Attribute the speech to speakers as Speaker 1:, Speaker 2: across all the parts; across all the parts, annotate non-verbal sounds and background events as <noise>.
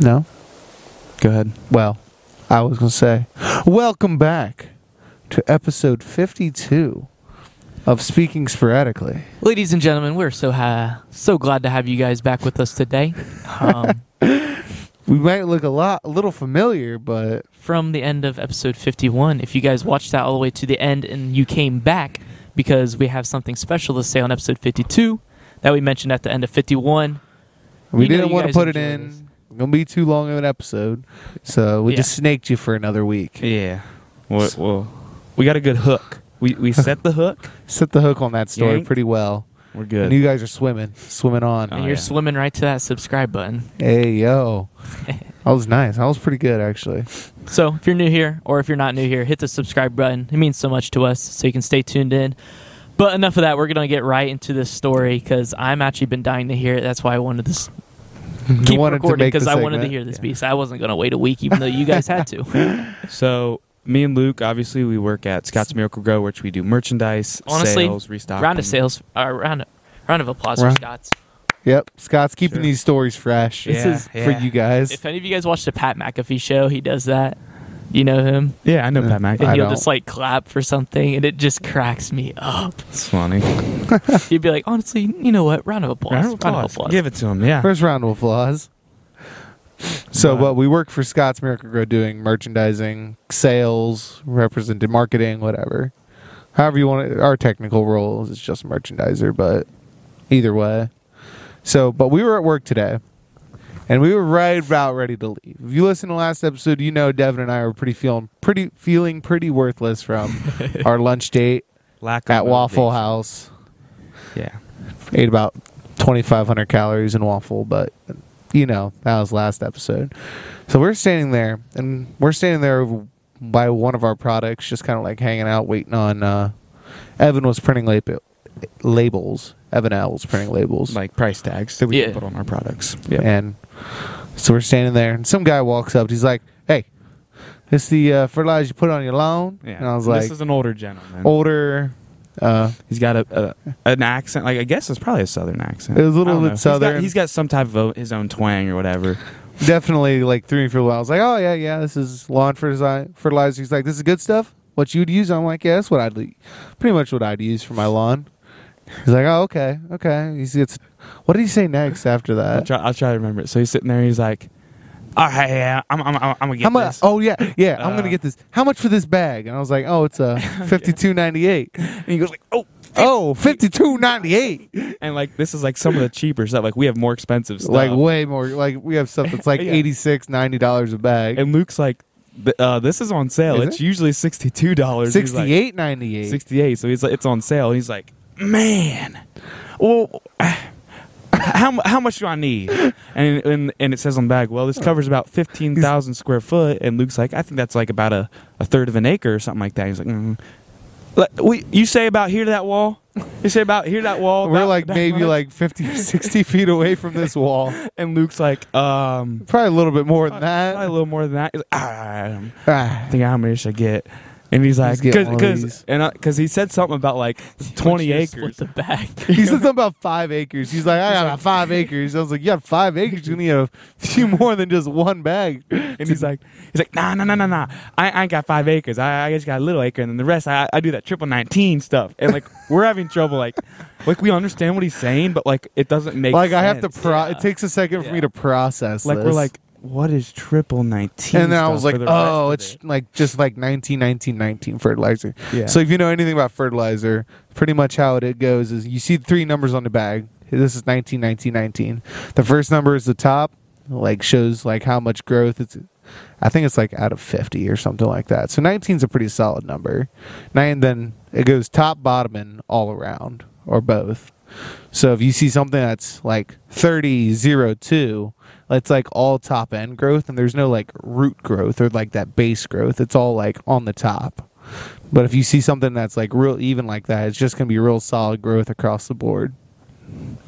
Speaker 1: No?
Speaker 2: Go ahead.
Speaker 1: Well, I was going to say, welcome back to episode 52 of Speaking Sporadically.
Speaker 3: Ladies and gentlemen, we're so ha- so glad to have you guys back with us today.
Speaker 2: <laughs>
Speaker 3: Um,
Speaker 1: We might look a lot, a little familiar, but
Speaker 3: from the end of episode 51, if you guys watched that all the way to the end and you came back because we have something special to say on episode 52 that we mentioned at the end of 51.
Speaker 1: we
Speaker 3: You know
Speaker 1: didn't
Speaker 3: you
Speaker 1: want to
Speaker 3: guys
Speaker 1: put it
Speaker 3: enjoy this.
Speaker 1: in. It's going to be too long of an episode, so we
Speaker 3: Yeah.
Speaker 1: just snaked you for another week.
Speaker 2: Yeah. Well, well, we got a good hook.
Speaker 1: <laughs>
Speaker 2: We we set the hook.
Speaker 1: Set the hook on that story
Speaker 2: Yank.
Speaker 1: pretty well.
Speaker 2: We're
Speaker 1: And
Speaker 2: good.
Speaker 1: you guys are swimming, swimming on.
Speaker 2: Oh,
Speaker 3: and you're
Speaker 2: yeah.
Speaker 3: swimming right to that subscribe button.
Speaker 1: Hey,
Speaker 3: <laughs>
Speaker 1: yo. That was nice. That was pretty good, actually.
Speaker 3: So if you're new here, or if you're not new here, hit the subscribe button. It means so much to us, so you can stay tuned in. But enough of that. We're gonna get right into this story because I'm actually been dying to hear it. That's why I wanted this. Keep
Speaker 1: wanted to
Speaker 3: recording
Speaker 1: make
Speaker 3: because
Speaker 1: the
Speaker 3: I wanted to
Speaker 1: segment.
Speaker 3: hear this
Speaker 2: Yeah.
Speaker 3: piece. I wasn't gonna wait a week, even though you guys had
Speaker 2: <laughs>
Speaker 3: to.
Speaker 2: So me and Luke, obviously, we work at Scott's Miracle Grow, which we do merchandise,
Speaker 3: Honestly,
Speaker 2: sales, restock,
Speaker 3: round of sales, uh, round, round of applause
Speaker 1: Round-
Speaker 3: for Scott's.
Speaker 1: Yep. Scott's keeping
Speaker 2: Sure.
Speaker 1: these stories fresh
Speaker 2: This
Speaker 3: is-
Speaker 2: yeah.
Speaker 1: for you guys.
Speaker 3: If any of you guys watch the Pat McAfee show, he does that. You know him,
Speaker 2: Yeah, I know Pat
Speaker 3: and
Speaker 1: I
Speaker 2: Mac.
Speaker 3: he'll
Speaker 1: don't.
Speaker 3: just like clap for something, and it just cracks me
Speaker 2: <laughs>
Speaker 3: up.
Speaker 2: It's funny.
Speaker 3: He'd be like, honestly, you know what? Round of applause.
Speaker 2: Round of applause. Give it to him. Yeah.
Speaker 1: First round of applause. So,
Speaker 2: Wow.
Speaker 1: but we work for Scott's Miracle Grow doing merchandising, sales, represented marketing, whatever. However you want it. Our technical role is just merchandiser, but either way. So, but we were at work today, and we were right about ready to leave. If you listen to last episode, you know Devin and I were pretty feeling pretty feeling pretty worthless
Speaker 2: <laughs>
Speaker 1: from our lunch date
Speaker 2: Lack of
Speaker 1: at Waffle
Speaker 2: motivation.
Speaker 1: House.
Speaker 2: Yeah.
Speaker 1: ate about 2500 calories in waffle but you know that was last episode so we're standing there and we're standing there over by one of our products just kind of like hanging out waiting on uh, evan was printing lab- labels evan L was printing labels
Speaker 2: Like price tags that we
Speaker 3: Yeah.
Speaker 2: can put on our products.
Speaker 1: and so we're standing there and some guy walks up he's like hey this the uh, fertilizer you put on your lawn
Speaker 2: Yeah.
Speaker 1: and i was like Oh.
Speaker 2: this is an older gentleman.
Speaker 1: older uh,
Speaker 2: He's got a, a an accent. Like I guess it's probably a southern accent.
Speaker 1: It was a little
Speaker 2: I don't
Speaker 1: bit
Speaker 2: know. He's
Speaker 1: southern.
Speaker 2: got- he's got some type of o- his own twang or whatever.
Speaker 1: definitely like threw me for a while. I was like, oh yeah, yeah, this is lawn fertilizer. fertilizer. He's like, this is good stuff. What you'd use? I'm like, yeah, that's what I'd le- pretty much what I'd use for my lawn. He's like, oh okay, okay. He's it's what did he say next after
Speaker 2: I'll
Speaker 1: that?
Speaker 2: try, I'll try to remember it. So he's sitting there. He's like, "All right, yeah, I'm, I'm, I'm, I'm gonna get
Speaker 1: How much?
Speaker 2: this."
Speaker 1: Oh yeah, yeah. I'm gonna
Speaker 2: Uh,
Speaker 1: get this. How much for this bag? And I was like, oh, it's
Speaker 2: <laughs>
Speaker 1: a fifty two ninety eight.
Speaker 2: and he goes like, "Oh."
Speaker 1: Oh, fifty two ninety eight.
Speaker 2: And like this is like some of the cheaper stuff. Like we have more expensive stuff.
Speaker 1: Like way more. Like we have stuff that's like
Speaker 2: <laughs> Yeah.
Speaker 1: eighty six, ninety dollars a bag.
Speaker 2: And Luke's like, "Th- uh, "This is on sale.
Speaker 1: Is
Speaker 2: it's
Speaker 1: it?
Speaker 2: usually sixty two dollars.
Speaker 1: Sixty eight ninety eight.
Speaker 2: sixty eight. So he's like, "It's on sale." And he's like, "Man, well." <sighs> How, mu- how much do I need? And, and and it says on the bag, well, this covers about fifteen
Speaker 1: <laughs>
Speaker 2: thousand square foot. And Luke's like, I think that's like about a, a third of an acre or something like that. He's like, mm. Like, we, you say about here to that wall. You say about here to that wall.
Speaker 1: We're
Speaker 2: about
Speaker 1: like
Speaker 2: that
Speaker 1: maybe
Speaker 2: much?"
Speaker 1: like fifty or sixty <laughs> feet away from this wall.
Speaker 2: And Luke's like, um,
Speaker 1: Probably a little bit more than
Speaker 2: probably a
Speaker 1: that.
Speaker 2: little more than that. He's like, "Ah, I don't
Speaker 1: Ah,
Speaker 2: think how many should I get. And he's like,
Speaker 1: Let's get one of
Speaker 2: because
Speaker 1: these.
Speaker 2: and because he said something about like twenty
Speaker 3: Split
Speaker 2: acres.
Speaker 3: the
Speaker 2: <laughs>
Speaker 3: back.
Speaker 1: He said something about five acres. He's like, I got about five acres. I was like, you got five acres. You need a
Speaker 2: <laughs>
Speaker 1: few more than just one bag.
Speaker 2: And he's like, he's like, nah, nah, nah, nah, nah. I, I ain't got five acres. I, I just got a little acre, and then the rest, I, I do that triple nineteen stuff. And like, <laughs> we're having trouble. Like, like we understand what he's saying, but like, it doesn't make
Speaker 1: Like
Speaker 2: sense.
Speaker 1: I have to. Pro- It takes a second for me
Speaker 2: Yeah.
Speaker 1: to process.
Speaker 2: like we're
Speaker 1: this.
Speaker 2: like, what is triple nineteen?
Speaker 1: and then I
Speaker 2: stuff
Speaker 1: was like,
Speaker 2: for the rest
Speaker 1: oh,
Speaker 2: of
Speaker 1: it's
Speaker 2: it?"
Speaker 1: like just like 19, 19, 19 fertilizer.
Speaker 2: Yeah.
Speaker 1: So if you know anything about fertilizer, pretty much how it goes is you see three numbers on the bag. This is 19, 19, 19. The first number is the top, like shows like how much growth it's. I think it's like out of 50 or something like that. So 19 is a pretty solid number. Nine, then it goes top, bottom, and all around or both. So if you see something that's like 30, 02, it's like all top end growth and there's no like root growth or like that base growth. It's all like on the top. But if you see something that's like real even like that, it's just going to be real solid growth across the board.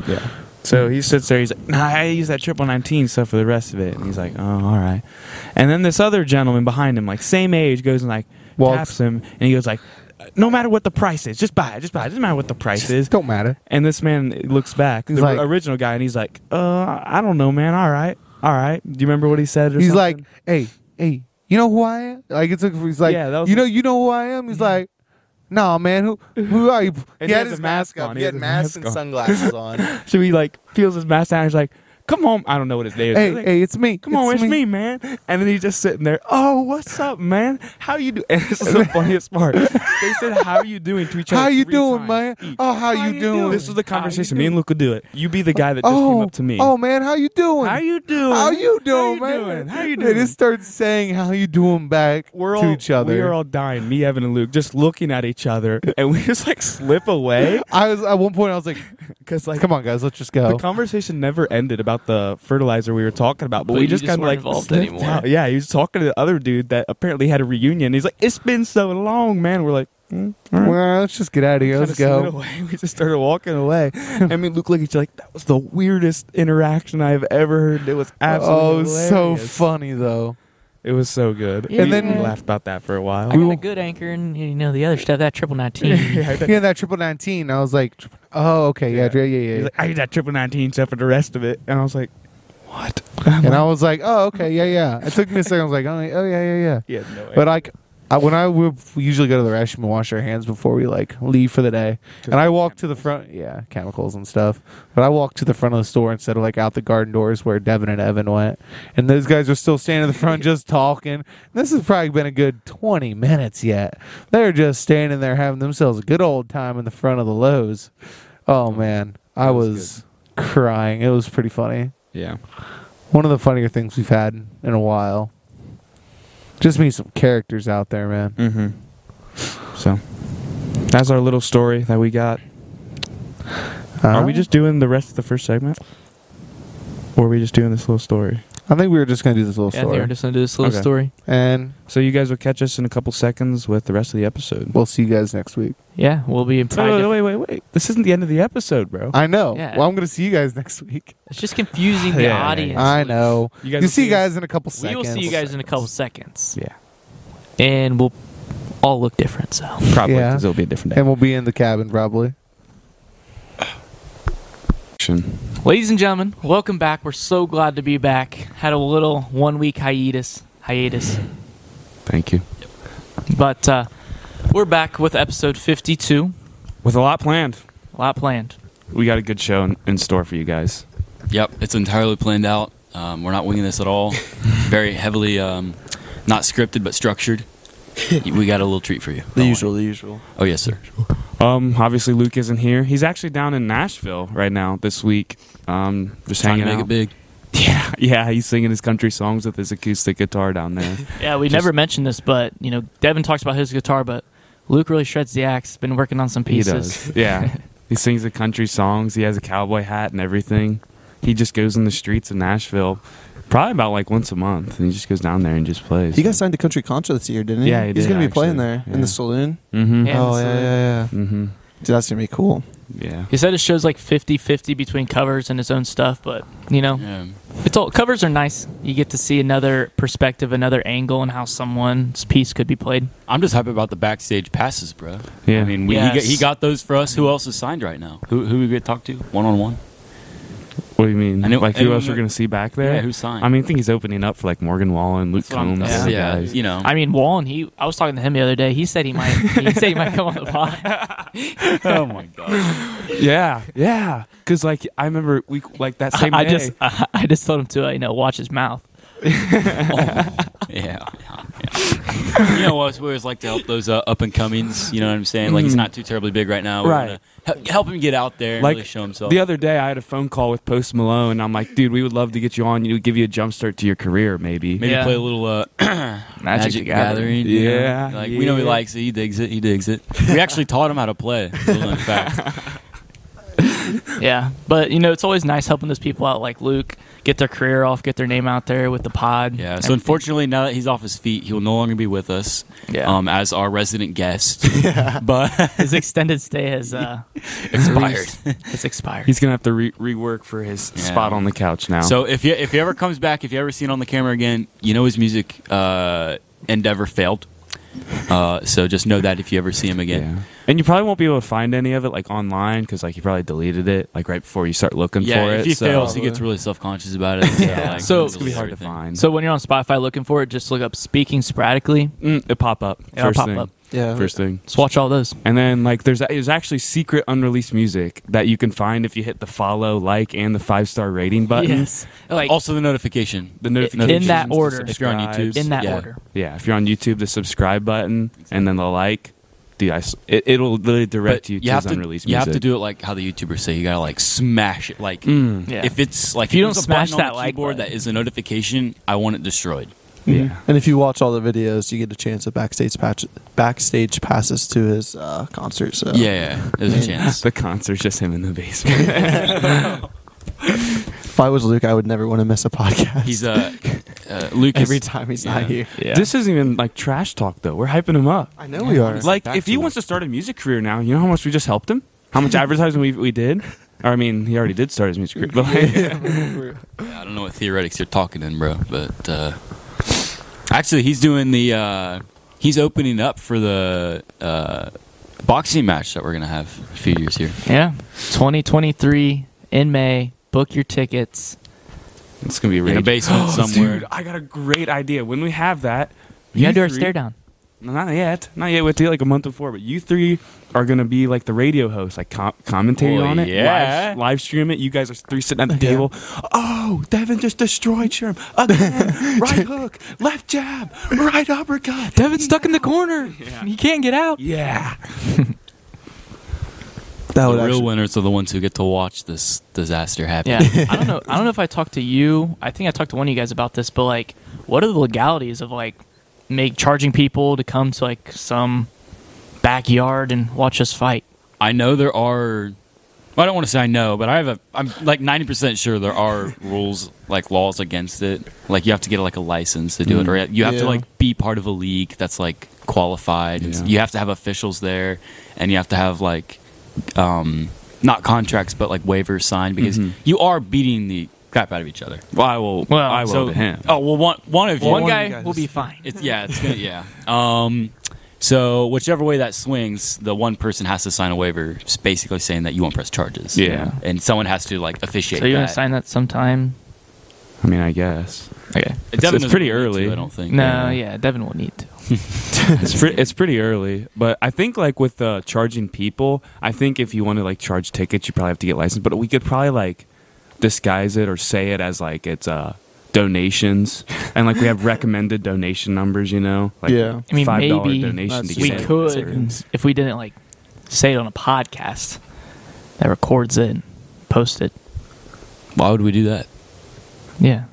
Speaker 2: Yeah. So he sits there. He's like, nah, I use that triple nineteen stuff for the rest of it. And he's like, oh, all right. And then this other gentleman behind him, like same age, goes and like
Speaker 1: Walks.
Speaker 2: taps him, and he goes like, no matter what the price is, just buy it, just buy it. Doesn't matter what the price is.
Speaker 1: Don't matter.
Speaker 2: And this man looks back,
Speaker 1: He's
Speaker 2: the
Speaker 1: like-
Speaker 2: original guy, and he's like, uh, I don't know, man. All right. all right. Do you remember what he said? Or
Speaker 1: he's
Speaker 2: something?
Speaker 1: like, hey, hey, you know who I am? Like it's like he's like,
Speaker 2: Yeah, that was-
Speaker 1: you know, you know who I am. He's like, nah, man, who who are you?
Speaker 2: And
Speaker 1: he
Speaker 2: he
Speaker 1: had
Speaker 2: has
Speaker 1: his
Speaker 2: a
Speaker 1: mask
Speaker 2: mask
Speaker 1: on.
Speaker 2: on.
Speaker 1: He,
Speaker 2: He
Speaker 1: had
Speaker 2: has a
Speaker 1: mask
Speaker 2: mask
Speaker 1: and
Speaker 2: on.
Speaker 1: sunglasses <laughs> on.
Speaker 2: so he like peels his mask down. And he's like, come home. I don't know what his name is.
Speaker 1: hey,
Speaker 2: He's like,
Speaker 1: hey, it's me.
Speaker 2: Come on, it's me. man. And then he's just sitting there. Oh, what's up, man? How you do? <laughs> And this is the funniest part. They said, "How are you doing?" to each other.
Speaker 1: How you
Speaker 2: three
Speaker 1: doing,
Speaker 2: times
Speaker 1: man?
Speaker 2: each.
Speaker 1: Oh, how, you, doing?
Speaker 2: This was the
Speaker 3: How you
Speaker 2: conversation. Me
Speaker 3: doing?
Speaker 2: and Luke would do it. You be the guy that just
Speaker 1: oh,
Speaker 2: came up to me.
Speaker 1: Oh man, how you doing?
Speaker 2: how you doing?
Speaker 1: How you doing,
Speaker 2: How you
Speaker 1: man?
Speaker 2: doing? How you
Speaker 1: They
Speaker 2: doing?
Speaker 1: just start saying how you doing back
Speaker 2: we're
Speaker 1: to
Speaker 2: all,
Speaker 1: each other.
Speaker 2: We are all dying. Me, Evan, and Luke just looking at each other, <laughs> and we just like
Speaker 1: <laughs>
Speaker 2: slip away
Speaker 1: I was at one point. I was like,
Speaker 2: because like
Speaker 1: "Come on, guys, let's just go."
Speaker 2: the conversation never ended about the fertilizer we were talking about, but,
Speaker 3: But
Speaker 2: we
Speaker 3: you
Speaker 2: just,
Speaker 3: just
Speaker 2: kind of
Speaker 3: weren't
Speaker 2: like
Speaker 3: involved
Speaker 2: slipped
Speaker 3: anymore.
Speaker 2: out. Yeah, he was talking to the other dude that apparently had a reunion. He's like, "It's been so long, man." We're like, "Mm, all right."
Speaker 1: Well, let's just get out of here.
Speaker 2: Kinda
Speaker 1: Let's
Speaker 2: slid
Speaker 1: go.
Speaker 2: away. <laughs> We just started walking away. I mean, Luke looked at each other like that was the weirdest interaction I've ever heard. It was absolutely
Speaker 1: Oh, it was so
Speaker 2: hilarious.
Speaker 1: funny though.
Speaker 2: It was so good.
Speaker 3: Yeah.
Speaker 2: we
Speaker 1: And then-
Speaker 2: laughed about that for a while.
Speaker 3: I got a good anchor and you know the other stuff. That triple
Speaker 2: <laughs>
Speaker 3: nineteen.
Speaker 2: Yeah, I bet-
Speaker 1: Yeah, that triple nineteen. I was like, "Oh, okay, yeah, yeah,
Speaker 2: Yeah.
Speaker 1: yeah,
Speaker 2: He's
Speaker 1: yeah."
Speaker 2: like, "Ah, I did that triple nineteen stuff for the rest of it, and I was like, what? <laughs>
Speaker 1: and I was like, "Oh, okay, yeah, yeah." It took me a second. I was like, "Oh, yeah, yeah, yeah."
Speaker 2: <laughs> Yeah, no way.
Speaker 1: But like, I, when I we we usually go to the restroom and wash our hands before we like leave for the day, and I walk to the front, yeah, chemicals and stuff. But I walked to the front of the store instead of like out the garden doors where Devin and Evan went, and those guys were still standing at the front just talking. This has probably been a good twenty minutes yet. They're just standing there having themselves a good old time in the front of the Lowe's. Oh man, I
Speaker 2: That was
Speaker 1: was crying. It was pretty funny.
Speaker 2: yeah,
Speaker 1: One of the funnier things we've had in a while. Just meet some characters out there, man.
Speaker 2: mm-hmm. so that's our little story that we got. Are we
Speaker 1: Uh,
Speaker 2: just doing the rest of the first segment, or are we just doing this little story?
Speaker 1: I think we were just gonna do this little
Speaker 3: yeah, I think
Speaker 1: story,
Speaker 3: we're just gonna do this little
Speaker 2: Okay.
Speaker 3: story.
Speaker 1: and
Speaker 2: So you guys will catch us in a couple seconds with the rest of the episode.
Speaker 1: we'll see you guys next week.
Speaker 3: Yeah, we'll be
Speaker 2: wait,
Speaker 3: implied.
Speaker 2: wait, wait, wait, wait! This isn't the end of the episode, bro.
Speaker 1: I know.
Speaker 3: Yeah.
Speaker 1: Well, I'm gonna see you guys <laughs> next week.
Speaker 3: It's just confusing the
Speaker 2: Yeah, yeah, yeah.
Speaker 3: audience.
Speaker 1: I know.
Speaker 2: You
Speaker 1: You
Speaker 2: will
Speaker 1: see you
Speaker 2: us-
Speaker 1: guys in a couple seconds.
Speaker 3: We will see you guys in a couple seconds,
Speaker 2: Yeah,
Speaker 3: and we'll all look different. So
Speaker 2: probably
Speaker 1: Yeah.
Speaker 2: because it'll be a different day.
Speaker 1: and we'll be in the cabin probably.
Speaker 3: Ladies and gentlemen, welcome back. We're so glad to be back. Had a little one week hiatus, hiatus,
Speaker 4: Thank you.
Speaker 3: but uh, we're back with episode 52.
Speaker 2: With a lot planned,
Speaker 3: A lot planned.
Speaker 2: we got a good show in, in store for you guys.
Speaker 4: Yep, it's entirely planned out. Um, we're not winging this
Speaker 2: <laughs>
Speaker 4: at all. Very heavily, um, not scripted but structured. we got a little treat for you.
Speaker 5: The
Speaker 4: Don't
Speaker 5: usual, the usual.
Speaker 4: worry. Oh yes, sir.
Speaker 2: Um, obviously Luke isn't here. He's actually down in Nashville right now this week. Um, just
Speaker 4: Trying to
Speaker 2: hanging
Speaker 4: make
Speaker 2: out.
Speaker 4: it big.
Speaker 2: Yeah, <laughs> yeah. He's singing his country songs with his acoustic guitar down
Speaker 4: <laughs>
Speaker 2: there.
Speaker 3: Yeah, we
Speaker 2: Just-
Speaker 3: never mentioned this, but you know, Devin talks about his guitar, but Luke really shreds the axe. Been working on some
Speaker 2: he
Speaker 3: pieces.
Speaker 2: does. Yeah, he sings the country songs. He has a cowboy hat and everything. He just goes in the streets of Nashville, probably about like once a month, and he just goes down there and just plays.
Speaker 5: He got signed to Country Contra this year, didn't he?
Speaker 2: Yeah, he
Speaker 5: He's
Speaker 2: did,
Speaker 5: gonna be playing
Speaker 2: actually.
Speaker 5: there
Speaker 2: Yeah.
Speaker 5: in the saloon.
Speaker 2: Mm-hmm.
Speaker 3: Yeah, in the
Speaker 5: oh yeah,
Speaker 3: saloon.
Speaker 5: yeah, yeah.
Speaker 2: Mm-hmm.
Speaker 5: Dude, that's gonna be cool.
Speaker 2: Yeah.
Speaker 3: He said his show's like 50-50 between covers and his own stuff, but you know,
Speaker 4: Yeah.
Speaker 3: it's all covers are nice. You get to see another perspective, another angle, and how someone's piece could be played.
Speaker 4: I'm just hyped about the backstage passes, bro.
Speaker 2: Yeah.
Speaker 4: I mean, we, he, got,
Speaker 3: Yes.
Speaker 4: he got those for us. Who else is signed right now? Who who we get to talk to one on one?
Speaker 2: What do you mean?
Speaker 4: I know-
Speaker 2: like
Speaker 4: I
Speaker 2: who
Speaker 4: know-
Speaker 2: else we're gonna see back there?
Speaker 4: Yeah, who's signed?
Speaker 2: I mean, I think he's opening up for like Morgan Wallen, Luke
Speaker 4: That's what I'm-
Speaker 2: Combs.
Speaker 4: that's-
Speaker 2: those
Speaker 4: yeah,
Speaker 2: guys.
Speaker 4: you know.
Speaker 3: I mean, Wallen. He, I was talking to him the other day. He said he might. he said he might come on the
Speaker 4: <laughs>
Speaker 3: pod.
Speaker 4: <laughs> oh my god.
Speaker 2: Yeah, yeah. Because like I remember we like
Speaker 4: <laughs>
Speaker 2: that same
Speaker 3: I
Speaker 2: day.
Speaker 3: just, I, I just told him to, uh, you know, watch his mouth.
Speaker 4: <laughs> Yeah. yeah, yeah. you know what? We always like to help those uh, up and comings. You know what I'm saying? Like he's not too terribly big right now.
Speaker 2: Mm-hmm.
Speaker 4: We
Speaker 2: Right.
Speaker 4: wanna Help, help him get out there and
Speaker 2: Like,
Speaker 4: really show himself.
Speaker 2: the other day, I had a phone call with Post Malone. and I'm like, dude, we would love to get you on. You know, give you a jump start to your career, maybe.
Speaker 4: Maybe
Speaker 3: Yeah.
Speaker 4: play a little uh, Magic, the Gathering. you know?
Speaker 2: Yeah,
Speaker 4: Like we know he
Speaker 2: yeah.
Speaker 4: likes it. He digs it. He digs it. We actually taught him how to play. little <laughs> known fact.
Speaker 3: Yeah, but you know, it's always nice helping those people out, like Luke, get their career off, get their name out there with the pod.
Speaker 4: Yeah. So
Speaker 3: Everything.
Speaker 4: unfortunately, now that he's off his feet, he will no longer be with us
Speaker 3: yeah.
Speaker 4: um, as our resident <laughs> guest. But
Speaker 3: his extended stay has uh,
Speaker 4: <laughs> expired.
Speaker 3: It's expired.
Speaker 2: He's gonna have to re- rework for his
Speaker 4: Yeah.
Speaker 2: spot on the couch now.
Speaker 4: So if you if he ever comes back, if you ever see it on the camera again, you know his music uh, endeavor failed. Uh, so just know that if you ever see him again.
Speaker 2: Yeah. And you probably won't be able to find any of it like online because like you probably deleted it like right before you start looking
Speaker 4: Yeah,
Speaker 2: for
Speaker 4: if
Speaker 2: it.
Speaker 4: he
Speaker 2: so
Speaker 4: fails, he gets really self conscious about it.
Speaker 2: Yeah.
Speaker 4: like,
Speaker 3: So-
Speaker 2: it's gonna be hard to
Speaker 4: everything.
Speaker 2: find.
Speaker 3: So when you're on Spotify looking for it, just look up "Speaking Sporadically."
Speaker 2: mm, it pop up
Speaker 3: It'll
Speaker 2: first
Speaker 3: pop
Speaker 2: thing.
Speaker 3: up.
Speaker 5: Yeah.
Speaker 2: First thing.
Speaker 3: Just watch all those.
Speaker 2: And then like there's there's actually secret unreleased music that you can find if you hit the follow, like, and the five star rating button.
Speaker 3: Yes. Like
Speaker 4: also the notification.
Speaker 2: The
Speaker 3: in
Speaker 2: notifications.
Speaker 3: that
Speaker 2: the
Speaker 3: order.
Speaker 4: If you're on
Speaker 2: subscribes.
Speaker 4: YouTube.
Speaker 3: in that
Speaker 4: yeah.
Speaker 3: order.
Speaker 2: Yeah, if you're on YouTube, the subscribe button and then the like. Dude, I s it, it'll literally direct
Speaker 4: But
Speaker 2: you to
Speaker 4: have
Speaker 2: his
Speaker 4: to,
Speaker 2: unreleased
Speaker 4: you
Speaker 2: music.
Speaker 4: have to do it like how the YouTubers say. You gotta like smash it. Like
Speaker 2: Mm,
Speaker 3: Yeah.
Speaker 4: if it's like
Speaker 3: If you don't
Speaker 4: there's a
Speaker 3: smash
Speaker 4: button on
Speaker 3: that
Speaker 4: the
Speaker 3: like
Speaker 4: keyboard
Speaker 3: button.
Speaker 4: that is a notification, I want it destroyed. <laughs>
Speaker 2: yeah.
Speaker 5: And if you watch all the videos, you get a chance at backstage patch- backstage passes to his uh, concert.
Speaker 3: Oh.
Speaker 5: So
Speaker 4: Yeah, yeah, there's a chance.
Speaker 2: The concert's just him in the basement.
Speaker 5: if I was Luke, I would never want to miss a podcast.
Speaker 4: He's uh,
Speaker 3: <laughs>
Speaker 4: uh Lucas.
Speaker 5: <laughs> every time he's
Speaker 4: Yeah.
Speaker 5: not here.
Speaker 3: Yeah.
Speaker 2: <laughs> This isn't even like trash talk though. We're hyping him up.
Speaker 5: I know we are.
Speaker 2: Like if he wants to start a music career now, you know how much we just helped him? How
Speaker 4: <laughs>
Speaker 2: much advertising we we did? Or I mean, he already did start his music career. But <laughs> like,
Speaker 4: <laughs> I don't know what theoretics you're talking in, bro, but uh, actually, he's doing the uh, he's opening up for the uh, boxing match that we're gonna have in a few years here.
Speaker 3: Yeah. 2023 in May. Book your tickets.
Speaker 2: it's gonna be
Speaker 4: In a
Speaker 2: rage.
Speaker 4: basement somewhere.
Speaker 2: Oh, <gasps> Dude, I got a great idea. When we have that,
Speaker 3: You gotta do our
Speaker 2: three-
Speaker 3: stare down.
Speaker 2: No, Not yet. Not yet. We have to do like a month before. But you three are gonna be like the radio host, like com- commentating
Speaker 4: Oh,
Speaker 2: on it.
Speaker 4: yeah.
Speaker 2: Live, live stream it. You guys are three sitting at the table. Oh, Devin just destroyed Sherm
Speaker 3: <laughs>
Speaker 2: again. right hook, left jab, right uppercut.
Speaker 3: Devin's stuck in the corner. He can't get out.
Speaker 2: Yeah.
Speaker 5: that
Speaker 4: The
Speaker 5: would
Speaker 4: real
Speaker 5: actually,
Speaker 4: winners are the ones who get to watch this disaster happen. <laughs>
Speaker 3: Yeah. I don't know. I don't know if I talked to you. I think I talked to one of you guys about this, but like, what are the legalities of like make charging people to come to like some backyard and watch us fight?
Speaker 4: I know there are. well, I don't want to say I know, but I have a. I'm like ninety percent sure there are rules, like laws against it. Like you have to get like a license to do it, or you have to
Speaker 5: Yeah.
Speaker 4: like be part of a league that's like qualified. and s-
Speaker 2: Yeah.
Speaker 4: You have to have officials there, and you have to have like, um, not contracts, but like waivers signed because
Speaker 2: Mhm.
Speaker 4: you are beating the crap out of each other.
Speaker 2: Well, I will.
Speaker 3: Well,
Speaker 2: I will
Speaker 4: so
Speaker 2: to him.
Speaker 4: Oh well, one one of you.
Speaker 3: One
Speaker 5: one of you
Speaker 3: guy
Speaker 5: guys
Speaker 3: will
Speaker 5: is-
Speaker 3: be fine.
Speaker 4: It's yeah, it's gonna yeah. Um, so whichever way that swings, the one person has to sign a waiver, s- basically saying that you won't press charges.
Speaker 2: Yeah.
Speaker 4: and someone has to like officiate.
Speaker 3: so you're gonna
Speaker 4: that.
Speaker 3: sign that sometime?
Speaker 2: I mean, I guess
Speaker 3: Okay.
Speaker 4: Devin
Speaker 2: it's
Speaker 4: doesn't
Speaker 2: pretty
Speaker 4: need to,
Speaker 2: early.
Speaker 4: I don't think.
Speaker 3: No, yeah, Devin will need to.
Speaker 2: it's pretty. It's pretty early, but I think like with uh, charging people, I think if you want to like charge tickets, you probably have to get licensed. But we could probably like disguise it or say it as like it's uh <laughs> donations and like we have recommended donation numbers. You know, like
Speaker 5: Yeah.
Speaker 3: I mean,
Speaker 2: five dollar
Speaker 3: maybe
Speaker 2: donation. To
Speaker 5: that's
Speaker 2: get
Speaker 3: we
Speaker 2: in.
Speaker 3: could if we didn't like say it on a podcast that records it and post it
Speaker 4: Why would we do that?
Speaker 3: yeah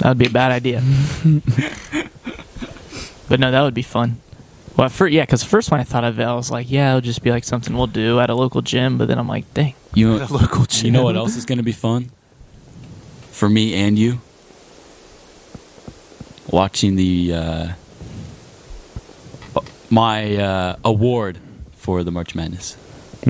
Speaker 3: that would be a bad idea <laughs> but no that would be fun well for, yeah because the first one i thought of it i was like yeah it'll just be like something we'll do at a local gym but then i'm like dang
Speaker 4: You
Speaker 5: At a
Speaker 4: know,
Speaker 5: local
Speaker 4: you know
Speaker 5: gym.
Speaker 4: what else is going to be fun for me and you? Watching the uh, my uh, award for the March Madness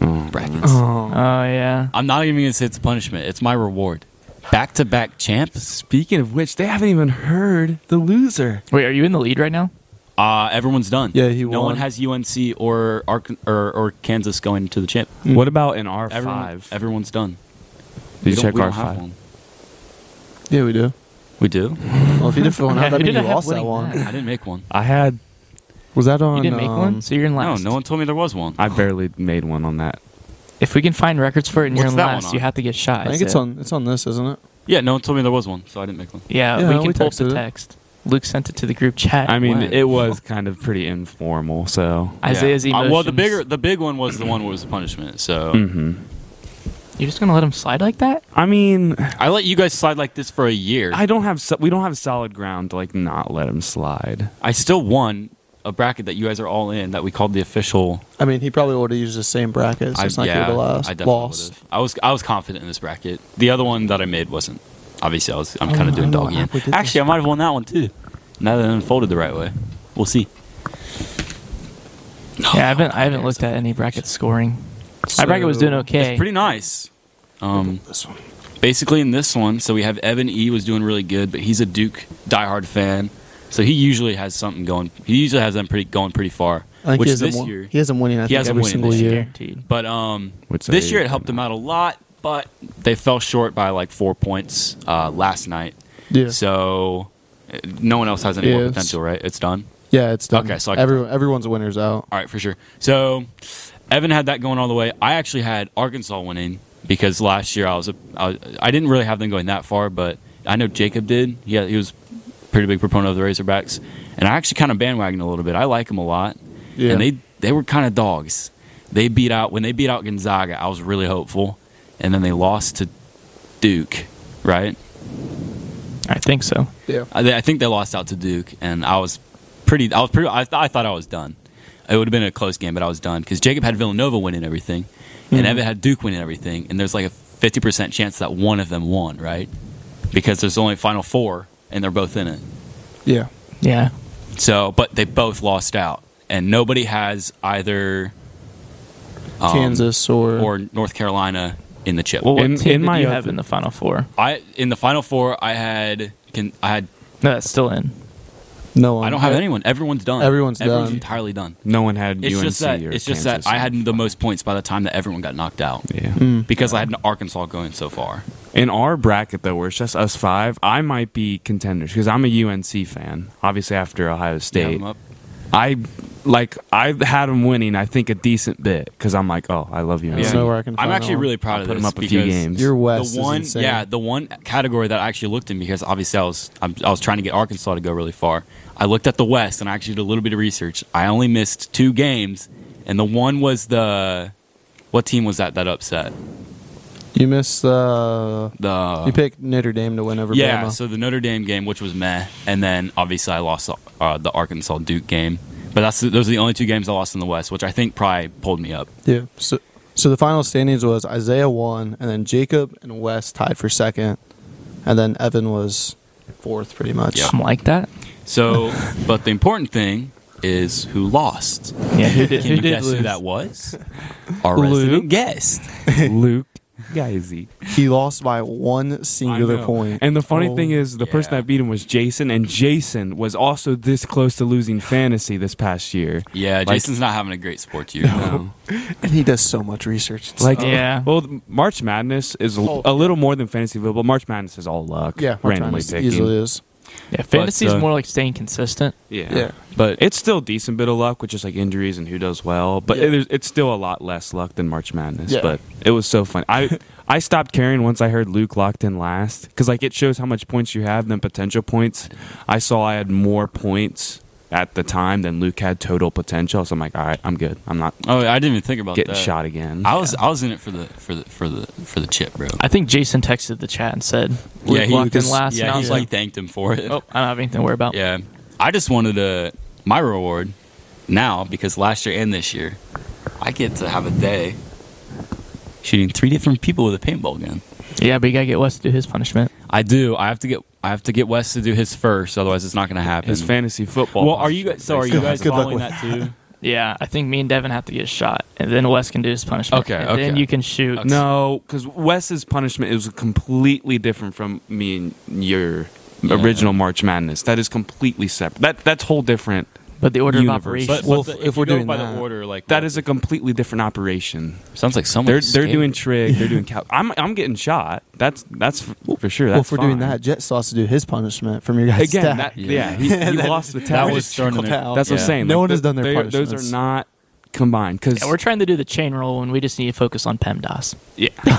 Speaker 2: Oh.
Speaker 4: brackets.
Speaker 3: oh yeah
Speaker 4: I'm not even gonna say it's a punishment. It's my reward. Back to back champ.
Speaker 2: Speaking of which, they haven't even heard the loser.
Speaker 3: wait are you in the lead right now
Speaker 4: Uh, everyone's done.
Speaker 5: Yeah, he
Speaker 4: No
Speaker 5: won.
Speaker 4: one has UNC or Ark or, or Kansas going to the champ.
Speaker 2: Mm. What about an R
Speaker 4: Everyone,
Speaker 2: five?
Speaker 4: Everyone's
Speaker 2: Did
Speaker 4: done.
Speaker 2: you
Speaker 4: We don't-
Speaker 2: check
Speaker 4: we don't
Speaker 2: R
Speaker 4: have
Speaker 2: five?
Speaker 4: one.
Speaker 5: Yeah, we do.
Speaker 4: We do.
Speaker 5: Well, if you didn't
Speaker 3: <laughs>
Speaker 4: <laughs>
Speaker 5: fill one
Speaker 3: Yeah,
Speaker 5: out, Oh, that
Speaker 3: who
Speaker 5: means
Speaker 3: did
Speaker 5: you
Speaker 3: I have
Speaker 5: lost that
Speaker 3: winning
Speaker 5: one.
Speaker 4: I didn't make
Speaker 2: <laughs>
Speaker 4: one.
Speaker 2: I had.
Speaker 5: Was that on?
Speaker 3: you didn't make
Speaker 5: um,
Speaker 3: one so you're in last
Speaker 4: Oh, No, no one told me there was one.
Speaker 2: I barely made one on that.
Speaker 3: if we can find records for it and you're
Speaker 4: What's
Speaker 3: in
Speaker 4: that one
Speaker 3: last you
Speaker 4: on?
Speaker 3: have to get shot
Speaker 5: I think
Speaker 3: That's
Speaker 5: it's
Speaker 3: it.
Speaker 5: on. It's on this, isn't it?
Speaker 4: yeah, no one told me there was one, so I didn't make one.
Speaker 3: Yeah,
Speaker 5: Yeah,
Speaker 3: we can
Speaker 5: we
Speaker 3: pull up the
Speaker 5: texted it.
Speaker 3: text. Luke sent it to the group chat.
Speaker 2: I mean,
Speaker 4: What?
Speaker 2: it was kind of pretty informal. So
Speaker 3: Isaiah's
Speaker 4: yeah.
Speaker 3: emotions.
Speaker 4: Uh, well, the bigger, the big one was the one where it was a punishment. So
Speaker 2: Mhm.
Speaker 3: You're just gonna let him slide like that?
Speaker 2: I mean,
Speaker 4: I let you guys slide like this for a year.
Speaker 2: I
Speaker 4: I,
Speaker 2: don't have so- we don't have solid ground to like not let him slide.
Speaker 4: still won a bracket that you guys are all in that we called the official.
Speaker 5: I mean, he probably would have used the same bracket, so it's not good to last.
Speaker 4: I definitely
Speaker 5: lost.
Speaker 4: would've. I was I was confident in this bracket. The other one that I made wasn't. Obviously, I was. I'm kind of doing
Speaker 5: don't know
Speaker 4: doggy.
Speaker 5: how
Speaker 4: in.
Speaker 5: we did
Speaker 4: Actually, I might have won that one too. Now that it unfolded the right way, we'll see.
Speaker 3: Yeah, I haven't. I haven't looked at any bracket scoring. My bracket was doing
Speaker 5: So-
Speaker 3: okay.
Speaker 4: It's pretty nice. Um,
Speaker 5: This one.
Speaker 4: basically in this one, so we have Evan E was doing really good, but he's a Duke diehard fan. So he usually has something going. He usually has them pretty going pretty far.
Speaker 5: I think
Speaker 4: which
Speaker 5: he has
Speaker 4: this
Speaker 5: him, won-
Speaker 4: year
Speaker 5: he has him winning. I
Speaker 4: he
Speaker 5: think
Speaker 4: has him
Speaker 5: every
Speaker 4: winning
Speaker 5: single
Speaker 4: this
Speaker 5: year.
Speaker 3: guaranteed.
Speaker 4: But um,
Speaker 2: Which
Speaker 4: this
Speaker 2: they
Speaker 4: year it
Speaker 2: did
Speaker 4: helped them out a lot, but they fell short by like four points uh, last night.
Speaker 5: Yeah,
Speaker 4: So uh, no one else has any more
Speaker 5: Yes.
Speaker 4: potential, right? It's done.
Speaker 5: yeah, it's done.
Speaker 4: Okay, so I can-
Speaker 5: everyone, everyone's winners out.
Speaker 4: All right, for sure. So Evan had that going all the way. I actually had Arkansas winning because last year I was, a, I, was I didn't really have them going that far, but I know Jacob did. Yeah, he was a pretty big proponent of the Razorbacks, and I actually kind of bandwagoned a little bit. I like him a lot,
Speaker 5: Yeah,
Speaker 4: and they they were kind of dogs. They beat out when they beat out Gonzaga. I was really hopeful, and then they lost to Duke, right?
Speaker 3: I think so.
Speaker 5: yeah.
Speaker 4: I, I think they lost out to Duke, and I was pretty. I was pretty. I, th- I thought I was done. It would have been a close game, but I was done because Jacob had Villanova winning everything,
Speaker 5: Mm-hmm.
Speaker 4: and Evan had Duke winning everything, and there's like a fifty percent chance that one of them won, right? Because there's only Final Four, and they're both in it.
Speaker 5: yeah.
Speaker 3: Yeah.
Speaker 4: So, but they both lost out, and nobody has either um,
Speaker 5: Kansas or,
Speaker 4: or North Carolina in the chip.
Speaker 3: Well, what
Speaker 2: In-
Speaker 3: team
Speaker 2: in
Speaker 3: did
Speaker 2: my
Speaker 3: you
Speaker 2: opi-
Speaker 3: have in the final four?
Speaker 4: I in the Final Four, I had can I had
Speaker 3: No, that's still in.
Speaker 5: no one.
Speaker 4: I don't have anyone. Everyone's done.
Speaker 5: Everyone's done.
Speaker 4: entirely done.
Speaker 2: No one had
Speaker 4: It's
Speaker 2: UNC
Speaker 4: just that
Speaker 2: or
Speaker 4: it's just
Speaker 2: Kansas
Speaker 4: that I
Speaker 2: or-
Speaker 4: had the most points by the time that everyone got knocked out
Speaker 2: Yeah.
Speaker 4: because I had an Arkansas going so far.
Speaker 2: In our bracket, though, where it's just us five, I might be contenders because I'm a UNC fan. Obviously, after Ohio
Speaker 4: Yeah,
Speaker 2: State,
Speaker 4: I'm up.
Speaker 2: I like I had them winning. I think a decent bit because I'm like, oh, I love UNC.
Speaker 5: Yeah.
Speaker 2: <laughs>
Speaker 5: know where I can
Speaker 4: I'm
Speaker 5: find
Speaker 4: actually
Speaker 5: that one.
Speaker 4: really proud
Speaker 2: I'll
Speaker 4: of
Speaker 2: put
Speaker 4: this
Speaker 2: them up a few
Speaker 4: because
Speaker 2: games.
Speaker 5: Your West
Speaker 4: the one,
Speaker 5: is insane.
Speaker 4: yeah, the one category that I actually looked in because obviously I was I'm, I was trying to get Arkansas to go really far. I looked at the West and I actually did a little bit of research. I only missed two games, and the one was the what team was that that upset
Speaker 5: you missed. Uh,
Speaker 4: the
Speaker 5: you picked Notre Dame to win over.
Speaker 4: yeah,
Speaker 5: Bama.
Speaker 4: so the Notre Dame game, which was meh, and then obviously I lost uh, the Arkansas Duke game. But that's those are the only two games I lost in the West, which I think probably pulled me up.
Speaker 5: Yeah. So, so the final standings was Isaiah won, and then Jacob and Wes tied for second, and then Evan was fourth, pretty much.
Speaker 4: Yeah.
Speaker 3: I'm like that.
Speaker 4: So, but the important thing is who lost.
Speaker 3: Yeah. Who did,
Speaker 4: Can
Speaker 3: who
Speaker 4: you
Speaker 3: did
Speaker 4: guess who
Speaker 3: lose?
Speaker 4: that was? Our resident guest.
Speaker 2: Luke Geisey.
Speaker 5: He lost by one singular point.
Speaker 2: And the funny
Speaker 5: Oh.
Speaker 2: thing is, the person
Speaker 4: Yeah.
Speaker 2: that beat him was Jason, and Jason was also this close to losing fantasy this past year.
Speaker 4: Yeah,
Speaker 2: Like-
Speaker 4: Jason's not having a great sports year. No.
Speaker 5: and he does so much research. and
Speaker 2: Like,
Speaker 5: stuff.
Speaker 3: Yeah.
Speaker 2: <laughs> Well, th- March Madness is l-
Speaker 5: Oh.
Speaker 2: a little more than fantasy football. March Madness is all luck.
Speaker 5: yeah, March
Speaker 2: randomly
Speaker 5: Madness
Speaker 2: picking.
Speaker 5: easily is.
Speaker 3: Yeah, fantasy is
Speaker 4: uh,
Speaker 3: more like staying consistent.
Speaker 2: Yeah.
Speaker 5: Yeah.
Speaker 2: But it's still a decent bit of luck with just like injuries and who does well. But
Speaker 5: Yeah.
Speaker 2: it is, it's still a lot less luck than March Madness.
Speaker 5: Yeah.
Speaker 2: But it was so fun.
Speaker 5: <laughs>
Speaker 2: I I stopped caring once I heard Luke locked in last because like it shows how much points you have than potential points. I saw I had more points at the time than Luke had total potential. So I'm like, all right, I'm good. I'm not
Speaker 4: Oh, I didn't even think about
Speaker 2: getting
Speaker 4: that.
Speaker 2: shot again.
Speaker 4: I was I was in it for the for the for the for the chip, bro.
Speaker 3: I think Jason texted the chat and said,
Speaker 4: Yeah,
Speaker 3: yeah,
Speaker 4: he-
Speaker 3: locked in last, and
Speaker 4: Yeah,
Speaker 3: I
Speaker 4: he,
Speaker 3: was
Speaker 4: he
Speaker 3: like,
Speaker 4: thanked him for it.
Speaker 3: oh, I don't have anything to worry about.
Speaker 4: Yeah, I just wanted to my reward now because last year and this year, I get to have a day shooting three different people with a paintball gun.
Speaker 3: Yeah, but you gotta get Wes to do his punishment.
Speaker 4: I do. I have to get. I have to get Wes to do his first, otherwise it's not going to happen.
Speaker 2: his fantasy football.
Speaker 4: well, are you guys? So are you
Speaker 5: Good-
Speaker 4: guys
Speaker 5: good luck
Speaker 4: following
Speaker 5: with
Speaker 4: that too?
Speaker 3: Yeah, I think me and Devin have to get shot, and then Wes can do his punishment.
Speaker 4: Okay,
Speaker 3: and
Speaker 4: okay.
Speaker 3: Then you can shoot.
Speaker 2: No, because Wes's punishment is completely different from me and your
Speaker 4: Yeah.
Speaker 2: original March Madness. That is completely separate. That that's whole different.
Speaker 3: but the order
Speaker 2: Universe.
Speaker 3: of operations.
Speaker 4: <laughs> But,
Speaker 5: Well,
Speaker 4: but the-
Speaker 5: if
Speaker 4: if
Speaker 5: we're
Speaker 4: you go
Speaker 5: doing
Speaker 4: by
Speaker 5: that-
Speaker 4: the order, like
Speaker 2: That is a completely different operation.
Speaker 4: sounds like someone.
Speaker 2: They're they're doing trig. They're doing cal- I'm I'm getting shot. That's that's f- for sure.
Speaker 5: well,
Speaker 2: That's
Speaker 5: if we're doing
Speaker 2: fine.
Speaker 5: that, Jet still has to do his punishment from your
Speaker 2: <laughs>
Speaker 5: guys'
Speaker 2: again,
Speaker 5: stack.
Speaker 2: that,
Speaker 4: Yeah.
Speaker 2: yeah,
Speaker 5: <laughs>
Speaker 2: he, he lost the
Speaker 4: that
Speaker 2: tally.
Speaker 4: was thrown in
Speaker 5: trickled
Speaker 4: there.
Speaker 5: out.
Speaker 2: that's what I'm
Speaker 4: Yeah.
Speaker 2: saying.
Speaker 5: No
Speaker 2: Like,
Speaker 5: one has
Speaker 2: th-
Speaker 5: done their
Speaker 2: they are- Those
Speaker 5: punishments.
Speaker 2: are not combined because
Speaker 3: Yeah, we're trying to do the chain roll, and we just need to focus on PEMDAS.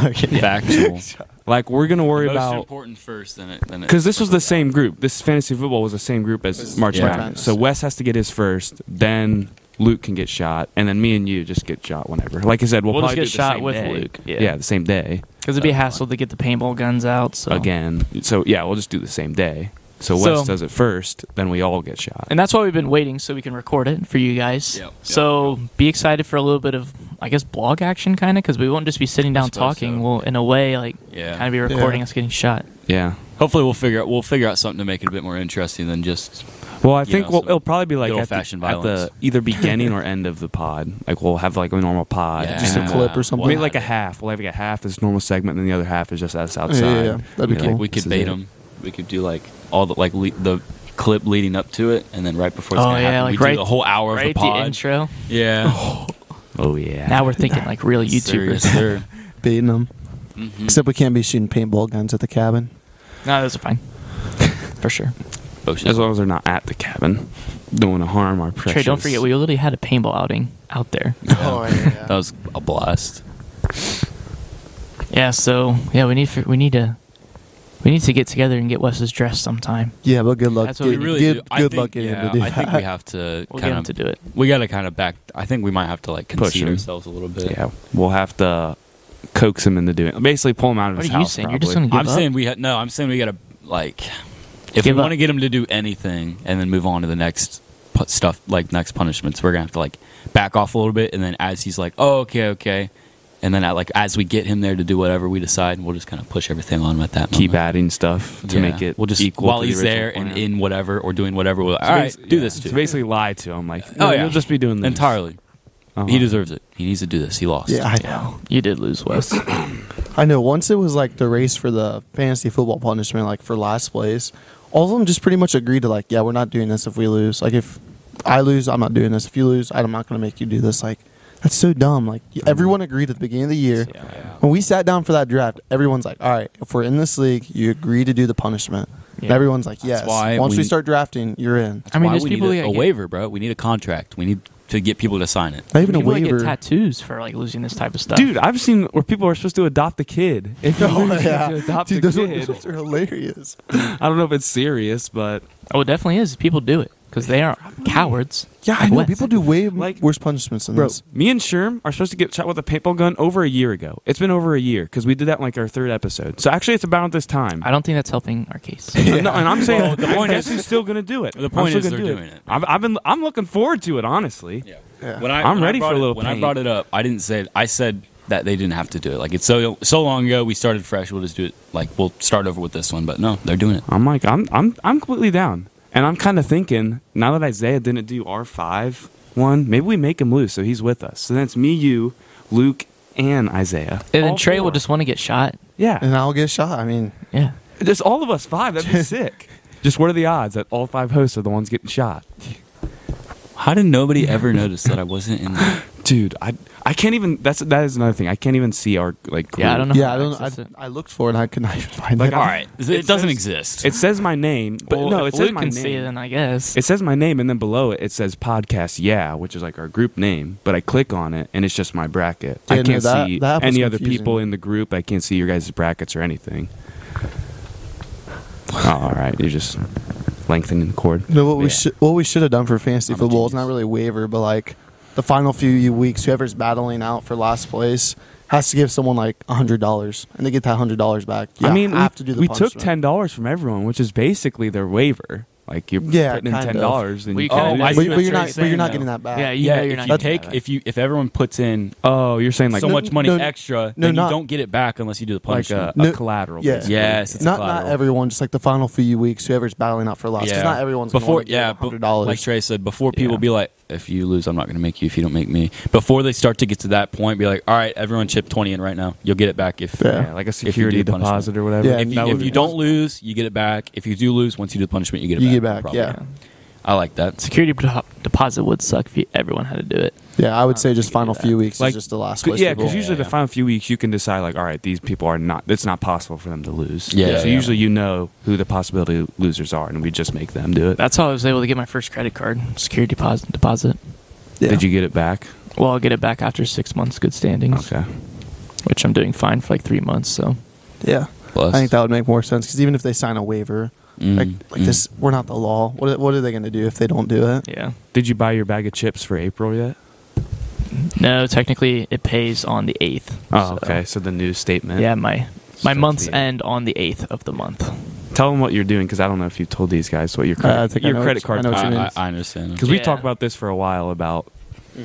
Speaker 4: Factual.
Speaker 2: like we're gonna worry
Speaker 4: Most
Speaker 2: about
Speaker 4: important first, then it. Then it-
Speaker 2: Because this was the same group. This fantasy football was the same group as March
Speaker 4: Yeah.
Speaker 2: Madness. So Wes has to get his first, then Luke can get shot, and then me and you just get shot whenever. Like I said, we'll,
Speaker 3: We'll just
Speaker 2: probably
Speaker 3: get
Speaker 2: do the
Speaker 3: shot
Speaker 2: same
Speaker 3: with
Speaker 2: day.
Speaker 3: Luke. Yeah.
Speaker 2: Yeah. the same day
Speaker 3: Because it'd be a hassle to get the paintball guns out. So
Speaker 2: again. So yeah, we'll just do the same day. So Wes
Speaker 3: Oh. So-
Speaker 2: does it first, then we all get shot.
Speaker 3: and that's why we've been waiting so we can record it for you guys.
Speaker 4: Yep, yep,
Speaker 3: so be excited for a little bit of, I guess, blog action kind of, because we won't just be sitting down
Speaker 4: suppose
Speaker 3: talking.
Speaker 4: so.
Speaker 3: We'll, in a way, like,
Speaker 4: Yeah.
Speaker 3: kind of be recording us getting shot.
Speaker 2: Yeah.
Speaker 4: Hopefully, we'll figure out. We'll figure out something to make it a bit more interesting than just.
Speaker 2: Well, I
Speaker 4: You
Speaker 2: think
Speaker 4: know,
Speaker 2: we'll,
Speaker 4: some
Speaker 2: it'll probably be like
Speaker 4: good
Speaker 2: at the,
Speaker 4: old-fashioned
Speaker 2: at the
Speaker 4: violence.
Speaker 2: either beginning or end of the pod. Like we'll have like a normal pod.
Speaker 4: Yeah.
Speaker 5: Just a
Speaker 2: and then-
Speaker 5: clip or something.
Speaker 2: Maybe like a half. We'll have like a half this normal segment, and then the other half is just us
Speaker 5: yeah,
Speaker 2: outside.
Speaker 5: yeah. That'd be
Speaker 2: Like,
Speaker 5: cool.
Speaker 4: We
Speaker 2: this
Speaker 4: could
Speaker 2: is
Speaker 4: bait
Speaker 2: it.
Speaker 4: them. We could do like all the like le- the clip leading up to it, and then right before it's
Speaker 3: Oh,
Speaker 4: gonna
Speaker 3: yeah,
Speaker 4: happen,
Speaker 3: like
Speaker 4: we
Speaker 3: right-
Speaker 4: do the whole hour of
Speaker 3: right
Speaker 4: the pod.
Speaker 3: the intro.
Speaker 4: Yeah. <laughs> Oh, yeah.
Speaker 3: Now we're thinking like
Speaker 4: <laughs>
Speaker 3: real YouTubers.
Speaker 4: Serious, sir.
Speaker 5: beating them.
Speaker 2: Mm-hmm.
Speaker 4: Mhm.
Speaker 5: Except we can't be shooting paintball guns at the cabin.
Speaker 3: <laughs> No, those are fine. <laughs> For sure.
Speaker 4: Oh, shit.
Speaker 2: As long as they're not at the cabin, don't want to harm our precious.
Speaker 3: Trey, don't forget, we literally had a paintball outing out there.
Speaker 4: Oh,
Speaker 5: yeah.
Speaker 4: That was a blast.
Speaker 3: Yeah, so yeah, we need for, we need to we need to get together and get Wes's dress sometime.
Speaker 5: yeah, but good luck.
Speaker 3: That's what we
Speaker 5: get-
Speaker 3: need
Speaker 4: really
Speaker 5: get-
Speaker 4: do.
Speaker 5: good
Speaker 4: I think,
Speaker 5: luck getting
Speaker 4: yeah,
Speaker 5: him to do
Speaker 4: I
Speaker 5: that.
Speaker 4: think we have to
Speaker 3: We'll get
Speaker 4: kind
Speaker 3: him
Speaker 4: of
Speaker 3: to do it.
Speaker 4: We got to kind of back. I think we might have to like
Speaker 2: Push
Speaker 4: concede
Speaker 2: him.
Speaker 4: ourselves a little bit.
Speaker 2: Yeah, we'll have to coax him into doing. Basically, pull him out of
Speaker 3: What
Speaker 2: his
Speaker 3: are you
Speaker 2: house.
Speaker 3: saying?
Speaker 2: Probably.
Speaker 3: You're just gonna give
Speaker 4: I'm
Speaker 3: up?
Speaker 4: saying we ha- no. I'm saying we got to like if
Speaker 3: Give
Speaker 4: we
Speaker 3: up.
Speaker 4: want to get him to do anything and then move on to the next pu- stuff, like next punishments, we're gonna have to like back off a little bit, and then as he's like, oh okay, okay, and then I, like as we get him there to do whatever we decide, we'll just kind of push everything on at that.
Speaker 2: keep
Speaker 4: moment.
Speaker 2: adding stuff to
Speaker 4: Yeah.
Speaker 2: make it.
Speaker 4: We'll just
Speaker 2: equal
Speaker 4: while
Speaker 2: to the
Speaker 4: he's there
Speaker 2: original
Speaker 4: and
Speaker 2: plan.
Speaker 4: in whatever or doing whatever. We'll,
Speaker 2: So
Speaker 4: all right,
Speaker 2: basi-
Speaker 4: do
Speaker 2: yeah,
Speaker 4: this too.
Speaker 2: so basically, lie to him like,
Speaker 4: Oh,
Speaker 2: oh
Speaker 4: yeah.
Speaker 2: you'll just be doing this
Speaker 4: entirely.
Speaker 2: Uh-huh.
Speaker 4: He deserves it. He needs to do this. He lost.
Speaker 5: <laughs> yeah, I know.
Speaker 3: You did lose Wes.
Speaker 5: I know. Once it was like the race for the fantasy football punishment, like for last place, all of them just pretty much agreed to like, yeah, we're not doing this if we lose. Like if I lose, I'm not doing this. If you lose, I'm not going to make you do this. Like that's so dumb. Like everyone agreed at the beginning of the year. When we sat down for that draft, everyone's like, all right, if we're in this league, you agree to do the punishment. And
Speaker 3: Yeah.
Speaker 5: everyone's like, yes.
Speaker 4: why
Speaker 5: Once we,
Speaker 4: we-
Speaker 5: start drafting, you're in.
Speaker 4: That's
Speaker 3: I mean,
Speaker 4: why
Speaker 3: there's
Speaker 4: we
Speaker 3: people
Speaker 4: need
Speaker 3: that
Speaker 4: a, a
Speaker 3: get-
Speaker 4: waiver, bro. We need a contract. We need to get people to sign it.
Speaker 5: Not even a
Speaker 3: People that
Speaker 5: waiver.
Speaker 3: get
Speaker 5: <laughs>
Speaker 3: tattoos for like losing this type of stuff.
Speaker 2: Dude, I've seen where people are supposed to adopt a kid. <laughs> If
Speaker 4: <laughs>
Speaker 2: you lose, you have to adopt
Speaker 5: Dude,
Speaker 2: a
Speaker 5: those, are,
Speaker 2: kid.
Speaker 5: those are hilarious.
Speaker 2: I don't know if it's serious, but
Speaker 3: oh, it definitely is. People do it because they are cowards.
Speaker 5: Yeah, I know.
Speaker 3: What?
Speaker 5: People do way
Speaker 2: Like-
Speaker 5: worse punishments than
Speaker 2: bro,
Speaker 5: this.
Speaker 2: me and Sherm are supposed to get shot with a paintball gun over a year ago. It's been over a year because we did that in like our third episode. So actually, it's about this time.
Speaker 3: I don't think that's helping our case.
Speaker 2: No, and I'm saying the
Speaker 4: point
Speaker 2: point is
Speaker 4: is-
Speaker 2: he's still going to do it.
Speaker 4: The
Speaker 2: I'm
Speaker 4: point
Speaker 2: still
Speaker 4: is
Speaker 2: gonna
Speaker 4: they're
Speaker 2: do
Speaker 4: doing it.
Speaker 2: I've, I've been. I'm looking forward to it, honestly.
Speaker 4: Yeah.
Speaker 5: Yeah.
Speaker 4: When I,
Speaker 2: I'm
Speaker 4: when
Speaker 2: ready for
Speaker 4: brought
Speaker 2: a
Speaker 4: it-
Speaker 2: little
Speaker 4: When I
Speaker 2: pain.
Speaker 4: brought it up, I didn't say. I said that they didn't have to do it. Like it's so so long ago. We started fresh. We'll just do it. Like we'll start over with this one. But no, they're doing it.
Speaker 2: I'm like, I'm, I'm, I'm completely down. And I'm kind of thinking now that Isaiah didn't do R five one, maybe we make him loose so he's with us. So then it's me, you, Luke, and Isaiah.
Speaker 3: And then
Speaker 2: All
Speaker 3: Trey will
Speaker 2: four.
Speaker 3: just want to get shot.
Speaker 2: yeah,
Speaker 5: And I'll get shot. I mean,
Speaker 3: Yeah.
Speaker 2: just all of us five.
Speaker 3: <laughs>
Speaker 2: That'd be sick. Just what are the odds that all five hosts are the ones getting shot?
Speaker 4: How did nobody ever notice that I wasn't in? The,
Speaker 2: Dude, I I can't even. That's that is another thing. I can't even see our like. Group.
Speaker 3: Yeah, I don't know.
Speaker 5: yeah,
Speaker 3: how
Speaker 5: I
Speaker 3: to
Speaker 5: don't.
Speaker 3: access
Speaker 5: I,
Speaker 3: it.
Speaker 5: I looked for it. and I could not <laughs> even find
Speaker 2: Like,
Speaker 5: it.
Speaker 2: I-
Speaker 4: <laughs> all right, it,
Speaker 2: It
Speaker 4: doesn't
Speaker 2: says-
Speaker 4: exist.
Speaker 2: It says my name, but
Speaker 3: Well,
Speaker 2: no,
Speaker 3: if
Speaker 2: it says
Speaker 3: Luke
Speaker 2: my
Speaker 3: can
Speaker 2: name.
Speaker 3: see it, then I guess.
Speaker 2: It says my name, and then below it, it says podcast. Yeah, which is like our group name. But I click on it, and it's just my bracket.
Speaker 5: Yeah,
Speaker 2: I
Speaker 5: no,
Speaker 2: can't
Speaker 5: that-
Speaker 2: see
Speaker 5: that was
Speaker 2: any other
Speaker 5: confusing.
Speaker 2: people in the group. I can't see your guys' brackets or anything. oh, all right, you're just lengthening the cord.
Speaker 5: No, what we
Speaker 2: Yeah.
Speaker 5: should what we should have done for fantasy
Speaker 4: I'm a
Speaker 5: football is
Speaker 4: genius.
Speaker 5: not really a waiver, but like the final few weeks, whoever's battling out for last place has to give someone like hundred dollars, and they get that hundred dollars back. Yeah,
Speaker 2: I mean,
Speaker 5: have
Speaker 2: we,
Speaker 5: to do the
Speaker 2: we took
Speaker 5: punishment.
Speaker 2: ten dollars from everyone, which is basically their waiver. Like you're
Speaker 5: Yeah,
Speaker 2: putting in
Speaker 5: kind of.
Speaker 2: ten dollars, and
Speaker 3: We
Speaker 2: you
Speaker 3: kinda
Speaker 2: can't
Speaker 4: do
Speaker 2: do it.
Speaker 4: that.
Speaker 5: But,
Speaker 4: see what
Speaker 5: but you're
Speaker 4: you're
Speaker 5: not. But you're
Speaker 4: saying,
Speaker 5: not
Speaker 4: though.
Speaker 5: getting that back.
Speaker 3: yeah, you
Speaker 4: yeah,
Speaker 3: know you're
Speaker 4: if
Speaker 3: not
Speaker 4: you
Speaker 3: gonna
Speaker 4: take
Speaker 3: have it.
Speaker 4: if you if everyone puts in
Speaker 2: Oh, you're saying like
Speaker 4: so
Speaker 5: No,
Speaker 4: much money
Speaker 5: no,
Speaker 4: extra,
Speaker 5: no,
Speaker 4: then
Speaker 5: not- uh,
Speaker 4: you don't get it back unless you do the
Speaker 2: like
Speaker 4: punishment.
Speaker 2: a, a
Speaker 5: No-
Speaker 2: collateral.
Speaker 5: yeah.
Speaker 2: basically.
Speaker 4: yes, it's a
Speaker 5: not not
Speaker 4: collateral.
Speaker 5: everyone, just like the final few weeks, whoever's battling out for last. Because not everyone's gonna
Speaker 4: before
Speaker 5: wanna give
Speaker 4: yeah but
Speaker 5: hundred dollars.
Speaker 4: like trey said before people
Speaker 2: Yeah.
Speaker 4: be like if you lose i'm not going to make you if you don't make me before they start to get to that point be like all right everyone chip 20 in right now you'll get it back if
Speaker 5: Yeah.
Speaker 2: Yeah, like a
Speaker 4: If you do
Speaker 2: security
Speaker 4: punishment.
Speaker 2: deposit or whatever.
Speaker 5: Yeah,
Speaker 4: if you,
Speaker 5: That
Speaker 4: if
Speaker 5: would
Speaker 4: you
Speaker 5: be
Speaker 4: don't lose you get it back if you do lose once you do the punishment you get it
Speaker 5: you get
Speaker 4: back
Speaker 5: back.
Speaker 4: probably.
Speaker 5: Yeah,
Speaker 4: i like that
Speaker 3: Security de- deposit would suck if you, everyone had to do it.
Speaker 5: yeah. I would say just final
Speaker 3: that.
Speaker 5: few weeks
Speaker 2: Like,
Speaker 5: is just the last
Speaker 2: C-
Speaker 5: place.
Speaker 2: yeah,
Speaker 5: people.
Speaker 2: because usually the
Speaker 4: Yeah, yeah.
Speaker 2: final few weeks you can decide like, all right, these people are not. It's not possible for them to lose.
Speaker 4: Yeah,
Speaker 2: So
Speaker 4: yeah.
Speaker 2: usually you know who the possibility losers are, and we just make them do it.
Speaker 3: That's how I was able to get my first credit card, security deposit. deposit.
Speaker 5: Yeah.
Speaker 2: Did you get it back?
Speaker 3: Well, I'll get it back after six months good standings,
Speaker 2: Okay.
Speaker 3: which I'm doing fine for like three months. So
Speaker 5: Yeah.
Speaker 4: Plus.
Speaker 5: I think that would make more sense because even if they sign a waiver,
Speaker 4: Mm,
Speaker 5: like, like
Speaker 4: mm.
Speaker 5: this, we're not the law. What are, what are they going to do if they don't do it?
Speaker 3: yeah,
Speaker 2: Did you buy your bag of chips for April yet?
Speaker 3: no, technically it pays on the eighth.
Speaker 2: Oh, okay. So the news statement.
Speaker 3: Yeah, my my
Speaker 2: So
Speaker 3: months
Speaker 2: it's the-
Speaker 3: end on the eighth of the month.
Speaker 2: Tell them what you're doing because I don't know if you told these guys what your
Speaker 5: Uh, I
Speaker 2: credit,
Speaker 5: think I
Speaker 2: your
Speaker 5: know
Speaker 2: credit
Speaker 5: what you- I
Speaker 2: card.
Speaker 5: know what you
Speaker 4: I,
Speaker 5: mean.
Speaker 4: Mm-hmm. I, I understand
Speaker 2: Because we
Speaker 3: Yeah.
Speaker 2: talked about this for a while about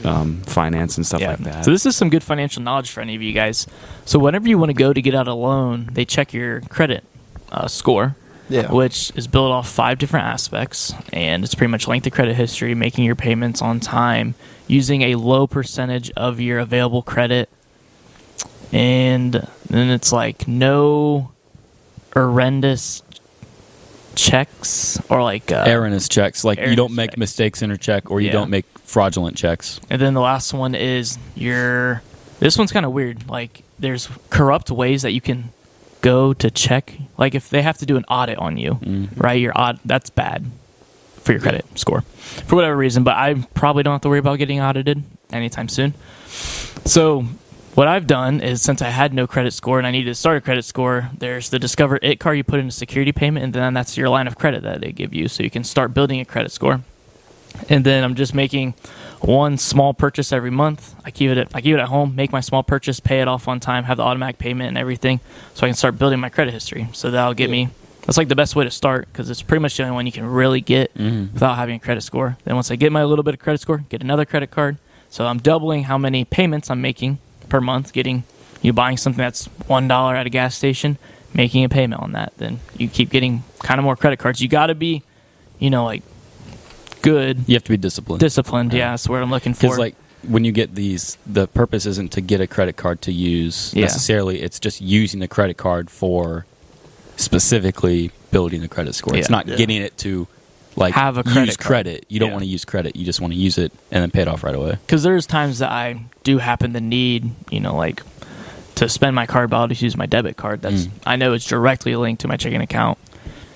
Speaker 2: um, finance and stuff
Speaker 3: yeah.
Speaker 2: like that.
Speaker 3: So this is some good financial knowledge for any of you guys. So whenever you want to go to get out a loan, they check your credit uh, score,
Speaker 5: Yeah.
Speaker 3: which is built off five different aspects, and it's pretty much length of credit history, making your payments on time, using a low percentage of your available credit, and then it's like no horrendous checks or like uh,
Speaker 4: erroneous checks. Like you don't
Speaker 3: erroneous
Speaker 4: make
Speaker 3: checks.
Speaker 4: mistakes in your check, or you
Speaker 3: Yeah.
Speaker 4: don't make fraudulent checks.
Speaker 3: And then the last one is your. This one's kind of weird. Like, there's corrupt ways that you can go to check. Like, if they have to do an audit on you, right? Your aud that's bad for your credit score for whatever reason. But I probably don't have to worry about getting audited anytime soon. So, what I've done is since I had no credit score and I needed to start a credit score, there's the Discover It card you put in a security payment, and then that's your line of credit that they give you, so you can start building a credit score and then I'm just making one small purchase every month. I keep it at, I keep it at home, make my small purchase, pay it off on time, have the automatic payment and everything, so I can start building my credit history. So that'll get me. That's like the best way to start because it's pretty much the only one you can really get without having a credit score. Then once I get my little bit of credit score, get another credit card. So I'm doubling how many payments I'm making per month. Getting you buying something that's one dollar at a gas station, making a payment on that. Then you keep getting kind of more credit cards. You got to be, you know, like good
Speaker 4: You have to be disciplined.
Speaker 3: disciplined. Yeah, that's what I'm looking for.
Speaker 4: Because like when you get these, the purpose isn't to get a credit card to use
Speaker 3: Yeah.
Speaker 4: necessarily. It's just using the credit card for specifically building the credit score. It's
Speaker 3: Yeah.
Speaker 4: not getting it to like
Speaker 3: Have a
Speaker 4: use
Speaker 3: credit card.
Speaker 4: credit. You don't
Speaker 3: Yeah.
Speaker 4: want to use credit. You just want to use it and then pay it off right away.
Speaker 3: because there's times that I do happen to need, you know, like to spend my card, but I'll just use my debit card. That's
Speaker 4: Mm.
Speaker 3: I know it's directly linked to my checking account,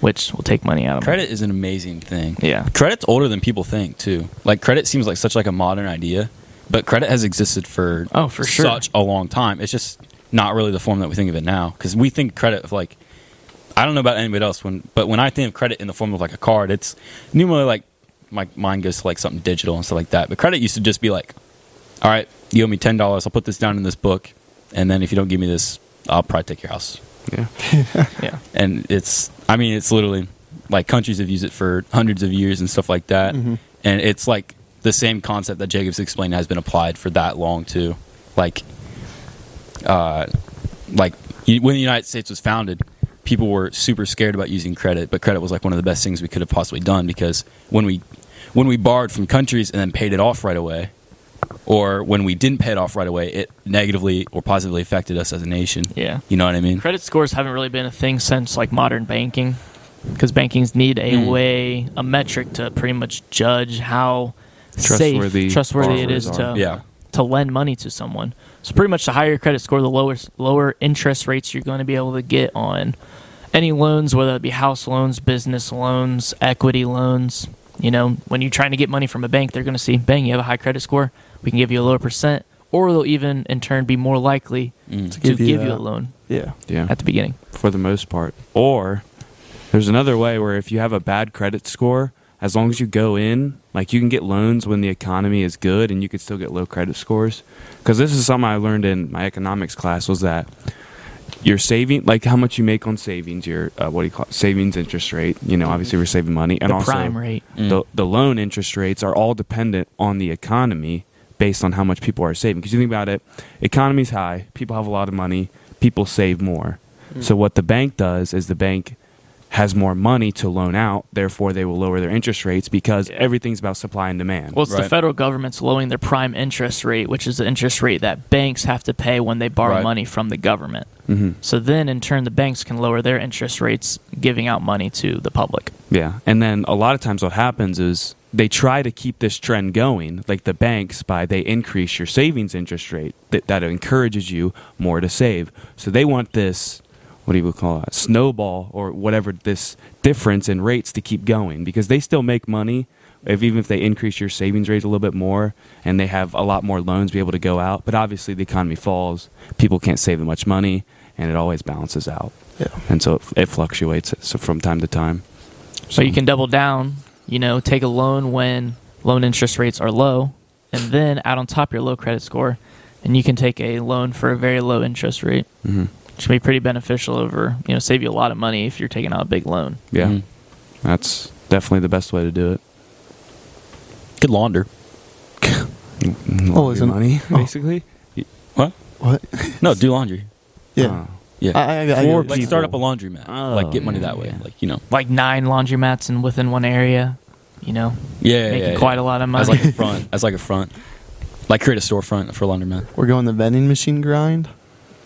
Speaker 3: which will take money out of my-
Speaker 4: Credit is an amazing thing.
Speaker 3: Yeah.
Speaker 4: Credit's older than people think too. Like credit seems like such like a modern idea, but credit has existed for
Speaker 3: Oh, for sure.
Speaker 4: such a long time. It's just not really the form that we think of it now cuz we think credit of like I don't know about anybody else when but when I think of credit in the form of like a card, it's normally like my mind goes to like something digital and stuff like that. But credit used to just be like all right, you owe me $10, I'll put this down in this book, and then if you don't give me this, I'll probably take your house
Speaker 3: Yeah.
Speaker 4: and it's i mean it's literally like countries have used it for hundreds of years and stuff like that
Speaker 3: Mm-hmm.
Speaker 4: and it's like the same concept that jacob's explained has been applied for that long too like uh like you, when the united states was founded people were super scared about using credit but credit was like one of the best things we could have possibly done because when we when we borrowed from countries and then paid it off right away or when we didn't pay it off right away it negatively or positively affected us as a nation
Speaker 3: Yeah.
Speaker 4: you know what i mean
Speaker 3: Credit scores haven't really been a thing since like modern banking, because bankings need a
Speaker 4: Mm.
Speaker 3: way, a metric to pretty much judge how
Speaker 2: Trustworthy
Speaker 3: safe, trustworthy it is
Speaker 2: borrowers
Speaker 3: to
Speaker 2: are.
Speaker 4: yeah
Speaker 3: to lend money to someone. So pretty much the higher your credit score, the lower lower interest rates you're going to be able to get on any loans, whether it be house loans, business loans, equity loans. You know, when you're trying to get money from a bank, they're going to see, bang, you have a high credit score. We can give you a lower percent, or they'll even in turn be more likely to give,
Speaker 5: give you
Speaker 3: you,
Speaker 5: that.
Speaker 3: a loan
Speaker 5: Yeah.
Speaker 2: Yeah.
Speaker 3: at the beginning.
Speaker 2: for the most part. Or there's another way where if you have a bad credit score, as long as you go in, like you can get loans when the economy is good and you can still get low credit scores. Because this is something I learned in my economics class was that your saving, like how much you make on savings, your uh, what do you call it? savings interest rate. You know, obviously we're saving money, and
Speaker 3: Mm-hmm. the
Speaker 2: also
Speaker 3: prime rate.
Speaker 2: the, the loan interest rates are all dependent on the economy based on how much people are saving. Because you think about it, economy's high, people have a lot of money, people save more. So what the bank does is the bank has more money to loan out, therefore they will lower their interest rates because everything's about supply and demand.
Speaker 3: Well, it's the
Speaker 4: Right.
Speaker 3: federal government's lowering their prime interest rate, which is the interest rate that banks have to pay when they borrow
Speaker 4: Right.
Speaker 3: money from the government.
Speaker 2: Mhm.
Speaker 3: So then, in turn, the banks can lower their interest rates, giving out money to the public.
Speaker 2: Yeah. And then a lot of times what happens is they try to keep this trend going, like the banks, by they increase your savings interest rate that, that encourages you more to save. So they want this, what do you call it, snowball or whatever, this difference in rates to keep going because they still make money. If, even if they increase your savings rate a little bit more and they have a lot more loans be able to go out, but obviously the economy falls, people can't save that much money, and it always balances out.
Speaker 5: Yeah.
Speaker 2: And so it, it fluctuates so from time to time.
Speaker 3: So you can double down, you know, take a loan when loan interest rates are low, and then add on top your low credit score, and you can take a loan for a very low interest rate, mm-hmm. which can be pretty beneficial over, you know, save you a lot of money if you're taking out a big loan.
Speaker 2: Yeah.
Speaker 4: Mhm.
Speaker 2: That's definitely the best way to do it.
Speaker 4: Could launder.
Speaker 5: Oh, is it-
Speaker 2: money,
Speaker 5: oh.
Speaker 2: basically.
Speaker 4: What?
Speaker 5: What?
Speaker 4: No, do laundry.
Speaker 5: Yeah.
Speaker 4: Yeah.
Speaker 5: I, I, I,
Speaker 2: Four
Speaker 4: like
Speaker 2: people.
Speaker 4: start up a laundromat.
Speaker 2: Oh,
Speaker 4: like get money
Speaker 2: yeah,
Speaker 4: that way.
Speaker 2: yeah.
Speaker 4: Like, you know.
Speaker 3: Like nine laundromats and within one area, you know,
Speaker 4: Yeah.
Speaker 3: making
Speaker 4: yeah, yeah.
Speaker 3: quite a lot of money.
Speaker 4: As like a front. As like a front. Like create a storefront for a laundromat.
Speaker 5: We're going the vending machine grind.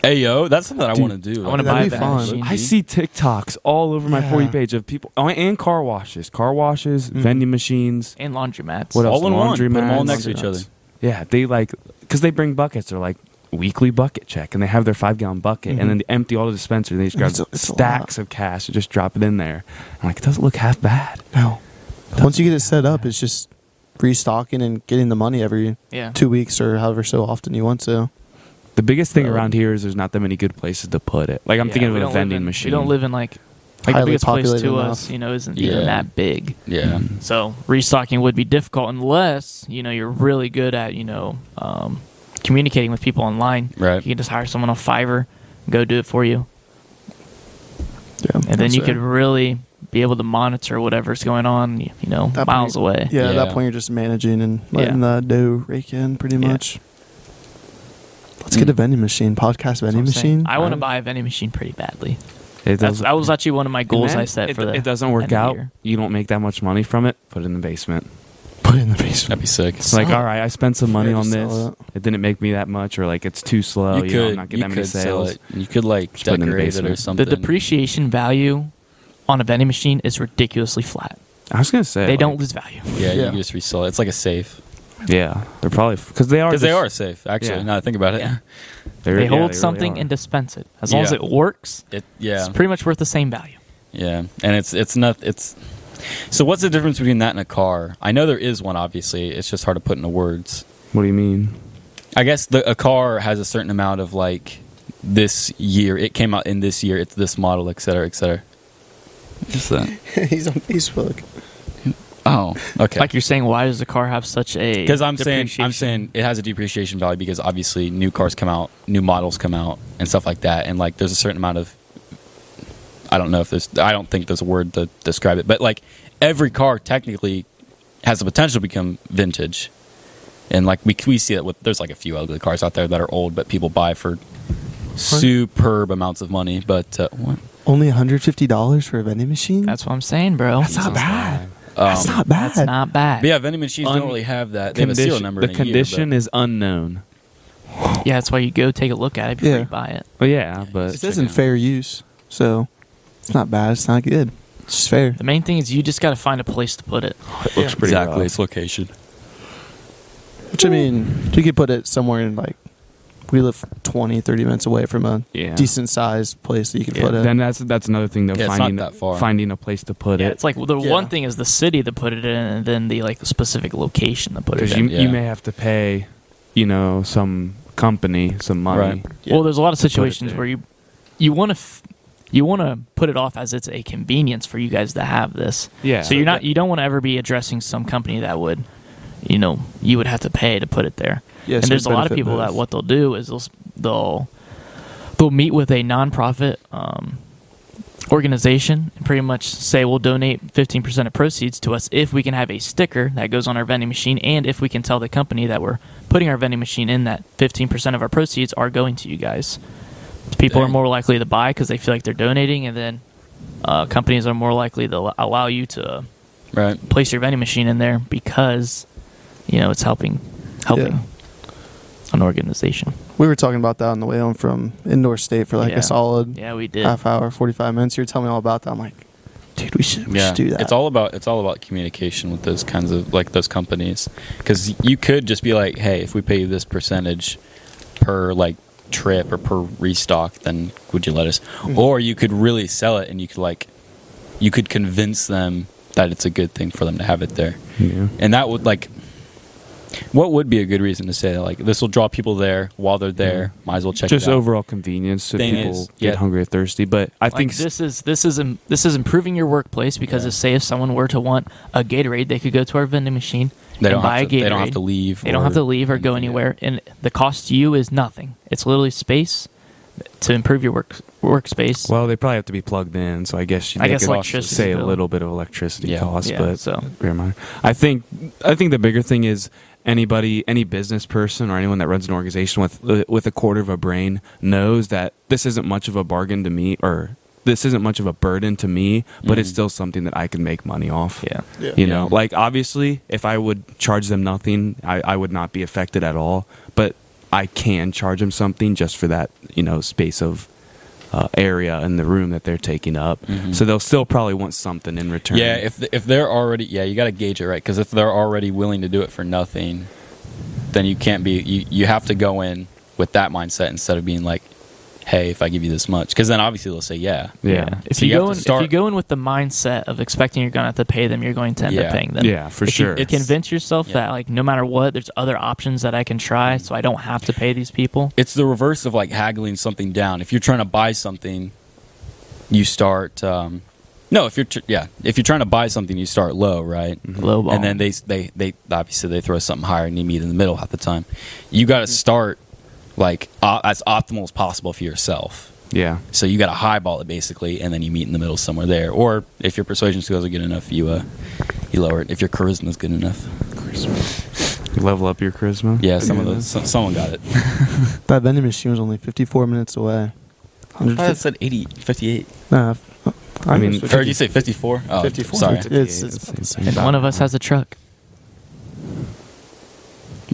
Speaker 4: Hey yo, that's something I
Speaker 2: Dude,
Speaker 4: want to do.
Speaker 3: I wanna
Speaker 5: buy that machine.
Speaker 2: I see TikToks all over my
Speaker 1: Yeah.
Speaker 2: for you page of people oh, and car washes, car washes,
Speaker 5: Mm-hmm.
Speaker 2: vending machines.
Speaker 3: <laughs> and laundromats.
Speaker 2: What else?
Speaker 4: all in one. Put
Speaker 2: Laundry
Speaker 4: 'em all
Speaker 2: mats.
Speaker 4: next to each other.
Speaker 2: Yeah, they like because they bring buckets. They're like weekly bucket check, and they have their five gallon bucket, and then they empty all the dispenser. And they just grab
Speaker 5: Mm-hmm. It's a- it's a
Speaker 2: stacks of cash and just drop it in there. I'm like, it doesn't look half bad.
Speaker 5: No. Once you get it set up, it's just restocking and getting the money every
Speaker 3: Yeah.
Speaker 5: two weeks or however so often you want to.
Speaker 2: The biggest thing
Speaker 5: Um,
Speaker 2: around here is there's not that many good places to put it. Like I'm
Speaker 3: Yeah,
Speaker 2: thinking
Speaker 3: we
Speaker 2: of a
Speaker 3: don't live
Speaker 2: vending
Speaker 3: in- We
Speaker 2: machine.
Speaker 3: don't live in like like the
Speaker 5: Highly
Speaker 3: biggest place
Speaker 5: populated
Speaker 3: to
Speaker 5: enough.
Speaker 3: us, you know, isn't
Speaker 4: Yeah.
Speaker 3: even that big.
Speaker 4: Yeah.
Speaker 3: So restocking would be difficult unless you know you're really good at you know um, communicating with people online.
Speaker 4: Right.
Speaker 3: You can just hire someone on Fiverr, go do it for you,
Speaker 5: Yeah.
Speaker 3: and then
Speaker 5: That's
Speaker 3: you
Speaker 5: right.
Speaker 3: could really be able to monitor whatever's going on. You know,
Speaker 5: That
Speaker 3: miles
Speaker 5: point-
Speaker 3: away.
Speaker 5: Yeah, at that
Speaker 4: Yeah.
Speaker 5: point you're just managing and letting the dough rake in pretty
Speaker 3: Yeah.
Speaker 5: much. Let's get a vending machine, podcast
Speaker 3: That's what
Speaker 5: vending
Speaker 3: I'm saying.
Speaker 5: machine.
Speaker 3: I want to buy a vending machine pretty badly.
Speaker 2: It
Speaker 3: That's,
Speaker 2: doesn't-
Speaker 3: that was actually one of my goals
Speaker 2: And then
Speaker 3: I set
Speaker 2: it,
Speaker 3: for the.
Speaker 2: It doesn't
Speaker 3: end of
Speaker 2: work
Speaker 3: the
Speaker 2: out.
Speaker 3: year.
Speaker 2: You don't make that much money from it. Put it in the basement.
Speaker 5: <laughs> put it in
Speaker 4: <laughs>
Speaker 5: the basement.
Speaker 4: That'd be sick.
Speaker 2: It's like, all right, I spent some money
Speaker 5: Yeah,
Speaker 2: on
Speaker 5: just
Speaker 2: this.
Speaker 5: sell
Speaker 2: It.
Speaker 5: it.
Speaker 2: didn't make me that much, or like it's too slow. You, know, I'm not getting that many
Speaker 4: sell
Speaker 2: sales.
Speaker 4: it. You could like
Speaker 2: Just put it in the
Speaker 4: decorate it or
Speaker 2: basement. The
Speaker 4: something.
Speaker 3: The depreciation value on a vending machine is ridiculously flat.
Speaker 2: I was gonna say
Speaker 3: They
Speaker 2: like,
Speaker 3: don't lose value.
Speaker 4: Yeah, you
Speaker 5: Yeah.
Speaker 4: can just resell it. It's like a safe
Speaker 2: Yeah, they're probably because they are.
Speaker 4: because they
Speaker 2: just-
Speaker 4: are safe. Actually,
Speaker 2: Yeah.
Speaker 4: now that I think about it.
Speaker 3: Yeah.
Speaker 2: they're-
Speaker 3: they
Speaker 2: yeah,
Speaker 3: hold
Speaker 2: really
Speaker 3: something
Speaker 2: are.
Speaker 3: and dispense it. As long as
Speaker 4: Yeah.
Speaker 3: it works,
Speaker 4: <laughs> It, yeah,
Speaker 3: it's pretty much worth the same value.
Speaker 4: yeah, and it's it's not it's. So what's the difference between that and a car? I know there is one. Obviously, it's just hard to put into words.
Speaker 2: What do you mean?
Speaker 4: I guess the, a car has a certain amount of like this year. It came out in this year. It's this model, et cetera, et cetera. Just that.
Speaker 5: he's on Facebook.
Speaker 4: Oh, okay.
Speaker 3: Like you're saying, why does the car have such a?
Speaker 4: Because I'm saying I'm
Speaker 3: depreciation?
Speaker 4: saying it has a depreciation value because obviously new cars come out, new models come out, and stuff like that. And like there's a certain amount of I don't know if there's I don't think there's a word to describe it, but like every car technically has the potential to become vintage. And like we we see that with there's like a few ugly cars out there that are old, but people buy for superb amounts of money. But uh, what?
Speaker 5: Only $150 for a vending machine?
Speaker 3: that's what I'm saying, bro.
Speaker 5: That's Oh, not bad.
Speaker 4: Um,
Speaker 5: that's not bad.
Speaker 3: That's not bad.
Speaker 4: But yeah, vending machines
Speaker 2: Un-
Speaker 4: don't really have that. They have a serial
Speaker 2: Condition-
Speaker 4: number.
Speaker 2: the
Speaker 4: in a year,
Speaker 2: condition
Speaker 4: but-
Speaker 2: is unknown.
Speaker 3: Yeah, that's why you go take a look at it before
Speaker 5: Yeah.
Speaker 3: you buy it.
Speaker 2: Well, yeah,
Speaker 5: It
Speaker 2: but
Speaker 5: says in
Speaker 4: check it out.
Speaker 5: fair use, so it's not bad. It's not good. It's just fair.
Speaker 3: The main thing is you just got to find a place to put it.
Speaker 2: it looks pretty
Speaker 4: exactly
Speaker 2: rough.
Speaker 4: its location.
Speaker 5: Which I mean, you could put it somewhere in like we live 20, 30 minutes away from a
Speaker 2: Yeah.
Speaker 5: decent sized place that you could
Speaker 2: Yeah,
Speaker 5: put it.
Speaker 2: then that's that's another thing though.
Speaker 4: Yeah, it's not
Speaker 2: finding
Speaker 4: that far.
Speaker 2: finding a place to put
Speaker 3: Yeah,
Speaker 2: it.
Speaker 3: it's like the
Speaker 5: Yeah.
Speaker 3: one thing is the city to put it in, and then the like specific location to put it
Speaker 2: because
Speaker 3: in.
Speaker 2: you
Speaker 4: Yeah.
Speaker 2: you may have to pay, you know, some company some money.
Speaker 4: Right.
Speaker 3: Well, there's a lot of
Speaker 2: it
Speaker 3: situations
Speaker 2: there.
Speaker 3: where you you want to f- you want to put it off as it's a convenience for you guys to have this.
Speaker 2: Yeah.
Speaker 3: So you're not you don't want to ever be addressing some company that would, you know, you would have to pay to put it there.
Speaker 5: Yeah,
Speaker 3: and
Speaker 5: so
Speaker 3: there's a lot of
Speaker 5: benefit
Speaker 3: people
Speaker 5: both.
Speaker 3: that what they'll do is they'll s- they'll they'll meet with a nonprofit um, organization and pretty much say we'll donate 15% of proceeds to us if we can have a sticker that goes on our vending machine and if we can tell the company that we're putting our vending machine in that 15% of our proceeds are going to you guys. People are
Speaker 4: Dang.
Speaker 3: more likely to buy because they feel like they're donating, and then uh, companies are more likely to al- allow you to
Speaker 4: Right.
Speaker 3: place your vending machine in there because you know it's helping helping
Speaker 5: Yeah.
Speaker 3: an organization.
Speaker 5: We were talking about that on the way home from indoor state for like
Speaker 3: Yeah.
Speaker 5: a solid
Speaker 3: Yeah, we did.
Speaker 5: half hour, forty five minutes. You were telling me all about that. I'm like, dude, we should, we should do that.
Speaker 4: It's all about it's all about communication with those kinds of like those companies because you could just be like, hey, if we pay you this percentage per like trip or per restock, then would you let us?
Speaker 5: Mm-hmm.
Speaker 4: Or you could really sell it and you could like you could convince them that it's a good thing for them to have it there,
Speaker 2: Yeah.
Speaker 4: and that would like. What would be a good reason to say like this will draw people there while they're there?
Speaker 5: Mm-hmm.
Speaker 4: Might as well check
Speaker 2: Just
Speaker 4: it out.
Speaker 2: overall convenience if
Speaker 4: Thing
Speaker 2: people
Speaker 4: is,
Speaker 2: get
Speaker 4: yeah.
Speaker 2: hungry or thirsty. But I
Speaker 3: Like,
Speaker 2: think s-
Speaker 3: this is this is im- this is improving your workplace because if, say if someone were to want a Gatorade, they could go to our vending machine
Speaker 4: They
Speaker 3: and
Speaker 4: don't
Speaker 3: buy
Speaker 4: have
Speaker 3: a
Speaker 4: to-
Speaker 3: Gatorade.
Speaker 4: they don't have to leave
Speaker 3: They don't have
Speaker 4: or
Speaker 3: to leave or go
Speaker 4: anything, yeah.
Speaker 3: anywhere, and the cost to you is nothing. It's literally space to improve your work workspace.
Speaker 2: Well, they probably have to be plugged in, so I guess you
Speaker 3: I guess
Speaker 2: could
Speaker 3: electricity
Speaker 2: say a
Speaker 3: bill.
Speaker 2: little bit of electricity
Speaker 4: Yeah.
Speaker 2: cost,
Speaker 3: Yeah,
Speaker 2: but
Speaker 3: so.
Speaker 2: very minor. I think I think the bigger thing is anybody, any business person or anyone that runs an organization with with a quarter of a brain knows that this isn't much of a bargain to me, or this isn't much of a burden to me, but it's
Speaker 4: Mhm.
Speaker 2: still something that I can make money off.
Speaker 3: yeah.
Speaker 5: Yeah.
Speaker 2: You know,
Speaker 4: Yeah.
Speaker 2: like obviously, if I would charge them nothing, I, I would not be affected at all. But I can charge them something just for that, you know, space of uh, area in the room that they're taking up. So they'll still probably want something in return.
Speaker 4: Mm-hmm. Yeah, if th- if they're already yeah, you got to gauge it right because if they're already willing to do it for nothing, then you can't be you you have to go in with that mindset instead of being like, hey, if I give you this much, because then obviously they'll say yeah.
Speaker 2: yeah,
Speaker 3: If
Speaker 4: So
Speaker 3: you,
Speaker 4: you have
Speaker 3: go
Speaker 4: to
Speaker 3: in,
Speaker 4: start-
Speaker 3: if you go in with the mindset of expecting you're going to have to pay them, you're going to end
Speaker 4: Yeah.
Speaker 3: up paying them.
Speaker 2: yeah, for
Speaker 3: If you
Speaker 2: sure.
Speaker 4: it's-
Speaker 3: Convince yourself
Speaker 4: Yeah.
Speaker 3: that like no matter what, there's other options that I can try, so I don't have to pay these people.
Speaker 4: It's the reverse of like haggling something down. If you're trying to buy something, you start. Um, no, if you're tr- yeah, if you're trying to buy something, you start low, right?
Speaker 3: Low ball.
Speaker 4: and then they they they obviously they throw something higher and you meet in the middle half the time. You got to start like o- as optimal as possible for yourself.
Speaker 2: yeah,
Speaker 4: So you got to highball it basically, and then you meet in the middle somewhere there. Or if your persuasion skills are good enough, you uh you lower it. If your charisma is good enough,
Speaker 2: level up your charisma.
Speaker 4: yeah, some of those some, someone got it.
Speaker 5: That vending machine was only 54 minutes away.
Speaker 4: I
Speaker 5: 150
Speaker 4: said 80, 58.
Speaker 5: Nah, f- I,
Speaker 2: I
Speaker 5: mean,
Speaker 2: mean,
Speaker 5: it's
Speaker 4: Or did you say 54? Oh,
Speaker 5: 54.
Speaker 4: Sorry.
Speaker 5: It's,
Speaker 4: What
Speaker 5: it's,
Speaker 2: It's
Speaker 5: about the
Speaker 2: insane.
Speaker 5: same.
Speaker 3: and one of us has a truck.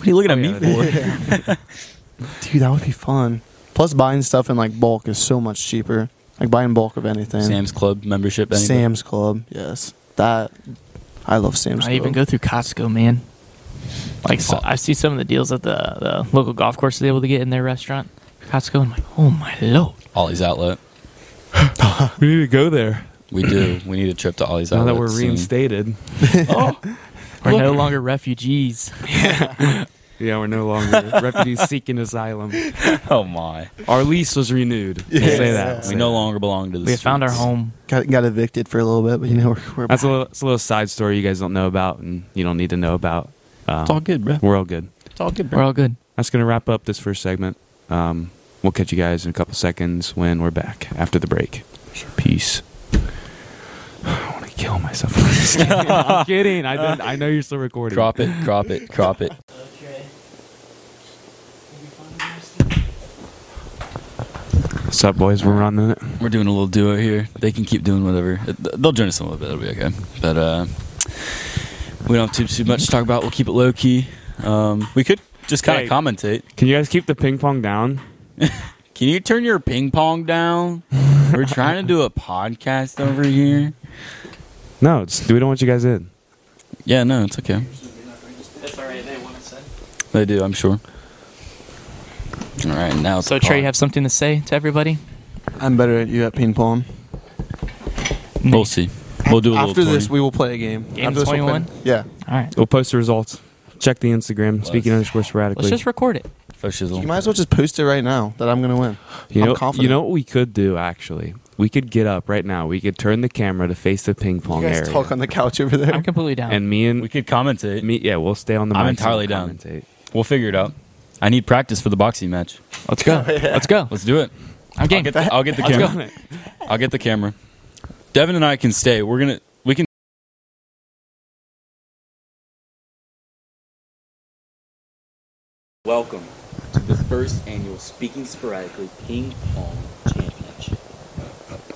Speaker 4: are you looking at
Speaker 2: Oh,
Speaker 4: me
Speaker 2: yeah, that <laughs>
Speaker 4: for?
Speaker 5: Dude, that would be fun. Plus, buying stuff in like bulk is so much cheaper. Like buying bulk of anything.
Speaker 4: Sam's Club membership. anybody?
Speaker 5: Sam's Club. Yes, that I love Sam's.
Speaker 3: I
Speaker 5: Club.
Speaker 3: even go through Costco, man. Like so, I see some of the deals that the, the local golf course is able to get in their restaurant, Costco. And I'm like, oh my lord,
Speaker 4: Ollie's Outlet.
Speaker 2: we need to go
Speaker 4: <laughs>
Speaker 2: there
Speaker 4: We do. We need a trip to Ollie's
Speaker 2: now
Speaker 4: Outlet.
Speaker 2: that we're
Speaker 4: soon. <laughs> Oh,
Speaker 2: reinstated.
Speaker 3: we're no longer refugees.
Speaker 2: Yeah, we're no longer <laughs> refugees seeking asylum.
Speaker 4: Oh my.
Speaker 2: Our lease was renewed. We'll say that.
Speaker 4: We no longer belong to the
Speaker 3: We have found our
Speaker 4: streets.
Speaker 3: home.
Speaker 5: got, got evicted for a little bit, but you know we're, we're
Speaker 2: That's a little, that's a little side story you guys don't know about, and you don't need to know about. Um,
Speaker 4: It's all good, bro.
Speaker 2: We're all good.
Speaker 4: It's all good,
Speaker 3: We're all good.
Speaker 2: That's going to wrap up this first segment. Um, we'll catch you guys in a couple seconds when we're back after the break. Peace. <sighs> I want to kill myself. <laughs> I'm just kidding. I'm kidding. I, didn't- I know you're still recording.
Speaker 4: Crop it, crop it, crop it.
Speaker 2: What's up, boys? We're running it.
Speaker 4: We're doing a little duo here. They can keep doing whatever. They'll join us in a little bit. It'll be okay. But uh, we don't have too, too much to talk about. We'll keep it low key. Um, we could just kind
Speaker 2: Hey.
Speaker 4: of commentate.
Speaker 2: Can you guys keep the ping pong down?
Speaker 4: Can you turn your ping pong down? We're trying to do a podcast over here.
Speaker 2: No, it's, we don't want you guys in.
Speaker 4: Yeah, no, it's okay.
Speaker 3: That's all right. They want to say.
Speaker 4: They do, I'm sure. All right, now it's
Speaker 3: So
Speaker 4: a
Speaker 3: Trey, you
Speaker 4: pod.
Speaker 3: have something to say to everybody?
Speaker 5: I'm better at you at ping pong.
Speaker 4: We'll see. We'll do a
Speaker 5: After
Speaker 4: little.
Speaker 5: this,
Speaker 4: 20.
Speaker 5: we will play a game.
Speaker 3: Game
Speaker 5: After this, we'll play-
Speaker 3: 21?
Speaker 5: Yeah,
Speaker 3: All right.
Speaker 2: We'll post the results. Check the Instagram. Speaking underscore sporadically.
Speaker 3: Let's just record it.
Speaker 4: Fo Oh, shizzle.
Speaker 5: you might as well just post it right now that I'm gonna win.
Speaker 2: You
Speaker 5: I'm
Speaker 2: know,
Speaker 5: confident.
Speaker 2: you know what we could do actually. We could get up right now. We could turn the camera to face the ping
Speaker 5: You
Speaker 2: pong
Speaker 5: guys
Speaker 2: area,
Speaker 5: talk on the couch over there.
Speaker 3: I'm completely down.
Speaker 2: and me and
Speaker 4: we could commentate.
Speaker 2: me, yeah, we'll stay on the.
Speaker 4: I'm
Speaker 2: mics and
Speaker 4: entirely down.
Speaker 2: commentate.
Speaker 4: We'll figure it out. I need practice for the boxing match.
Speaker 3: Let's
Speaker 5: <laughs>
Speaker 3: go. Let's go.
Speaker 4: Let's do it.
Speaker 3: I'm
Speaker 4: I'll
Speaker 3: game.
Speaker 4: get the, I'll get the camera. I'll get the camera. Devin and I can stay. We're gonna we can
Speaker 6: Welcome to the first annual Speaking Sporadically Ping Pong Championship.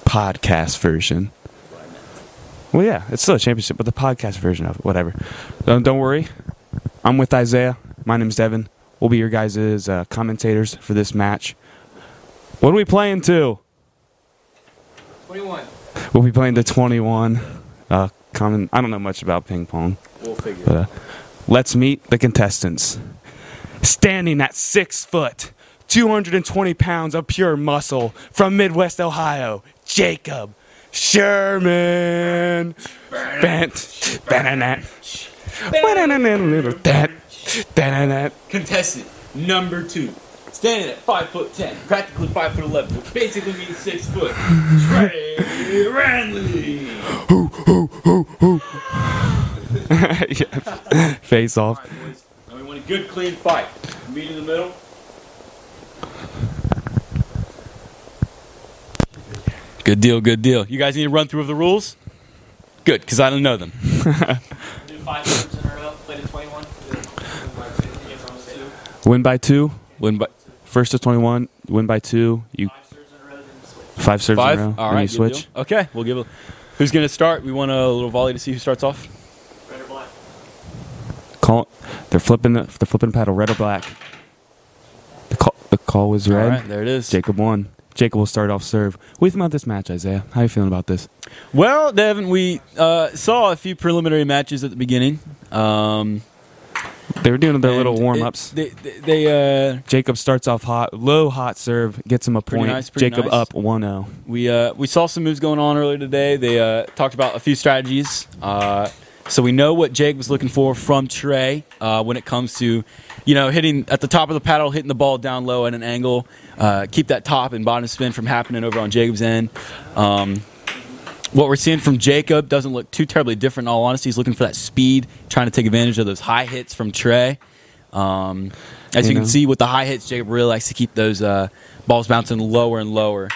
Speaker 2: Podcast version.
Speaker 6: That's what I meant.
Speaker 2: Well, yeah, it's still a championship, but the podcast version of it, whatever. Um, Don't, don't worry. I'm with Isaiah. My name's Devin. We'll be your guys' uh, commentators for this match. What are we playing to?
Speaker 3: 21.
Speaker 2: We'll be playing the 21. Uh, common. I don't know much about ping pong.
Speaker 6: We'll figure
Speaker 2: But
Speaker 6: it
Speaker 2: uh, let's meet the contestants. Standing at six foot, 220 pounds of pure muscle from Midwest Ohio, Jacob Sherman. Bent. Bananat. Bananat. That. Bananat.
Speaker 6: out. Contestant number two. Standing at five foot ten, practically five foot eleven, which basically means six foot. Trey Ranley.
Speaker 2: <laughs> Yeah. Face off.
Speaker 6: Alright, boys. Now we want a good clean fight. Meet in the middle.
Speaker 4: good deal, good deal. You guys need a run through of the rules? Good, because I don't know them.
Speaker 3: Do five times in a row. Play to 21.
Speaker 2: Win by two.
Speaker 4: Win by
Speaker 2: First to 21. Win by two. You five serves
Speaker 4: five.
Speaker 2: in a row.
Speaker 4: All
Speaker 2: and
Speaker 4: right,
Speaker 2: you
Speaker 4: good
Speaker 2: switch.
Speaker 4: deal. Okay, we'll give it. Who's gonna start? We want a little volley to see who starts off.
Speaker 2: Call. They're flipping. The, they're flipping paddle. Red or black. The call was
Speaker 4: All
Speaker 2: read.
Speaker 4: right, there it is.
Speaker 2: Jacob won. Jacob will start off serve. What do you think about this match, Isaiah? How you feeling about this?
Speaker 4: Well, Devin, we uh, saw a few preliminary matches at the beginning. Um,
Speaker 2: They were doing their little
Speaker 4: and
Speaker 2: warm ups.
Speaker 4: it- They, they, they, uh,
Speaker 2: Jacob starts off hot, low hot serve, gets him a
Speaker 4: Pretty
Speaker 2: point.
Speaker 4: nice, pretty
Speaker 2: Jacob
Speaker 4: nice.
Speaker 2: up 1 0.
Speaker 4: we uh, we saw some moves going on earlier today. They uh, talked about a few strategies. Uh, so we know what Jake was looking for from Trey uh, when it comes to, you know, hitting at the top of the paddle, hitting the ball down low at an angle, uh, keep that top and bottom spin from happening over on Jacob's end. Um, what we're seeing from Jacob doesn't look too terribly different. In all honesty, he's looking for that speed, trying to take advantage of those high hits from Trey. Um, as
Speaker 2: You
Speaker 4: you,
Speaker 2: know.
Speaker 4: can see with the high hits, Jacob really likes to keep those uh, balls bouncing lower and lower.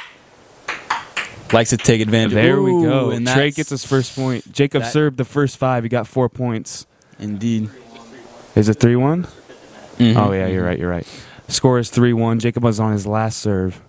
Speaker 4: Likes to take advantage. of-
Speaker 2: There we
Speaker 4: Ooh,
Speaker 2: go.
Speaker 4: And
Speaker 2: Trey
Speaker 4: that's-
Speaker 2: gets his first point. Jacob
Speaker 4: that-
Speaker 2: served the first five. He got four points.
Speaker 4: indeed.
Speaker 2: Is it 3 one
Speaker 4: Mhm.
Speaker 2: Oh, yeah, you're right. You're right. Score is 3 1. Jacob was on his last serve.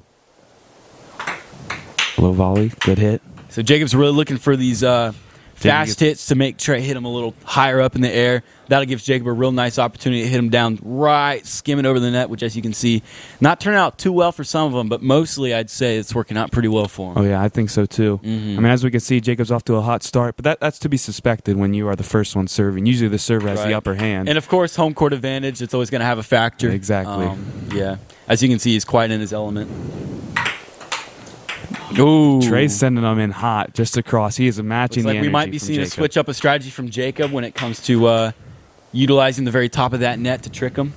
Speaker 2: Low volley. Good hit.
Speaker 4: So Jacob's really looking for these uh,
Speaker 2: Didn't
Speaker 4: fast
Speaker 2: get-
Speaker 4: hits to make Trey hit him a little higher up in the air. That'll give Jacob a real nice opportunity to hit him down right, skimming over the net, which, as you can see, not turning out too well for some of them, but mostly I'd say it's working out pretty well for him.
Speaker 2: Oh yeah, I think so too.
Speaker 4: Mhm.
Speaker 2: I mean, as we can see, Jacob's off to a hot start, but that, that's to be suspected when you are the first one serving. Usually, the server has the
Speaker 4: Right.
Speaker 2: upper hand.
Speaker 4: And of course, home court advantage, it's always going to have a factor. Um,
Speaker 2: Exactly.
Speaker 4: yeah. As you can see, he's quite in his element. Ooh.
Speaker 2: Trey's sending them in hot just across. He is matching the
Speaker 4: Looks like we
Speaker 2: energy
Speaker 4: might be
Speaker 2: from
Speaker 4: seeing a
Speaker 2: Jacob.
Speaker 4: switch up a strategy from Jacob when it comes to uh, utilizing the very top of that net to trick him.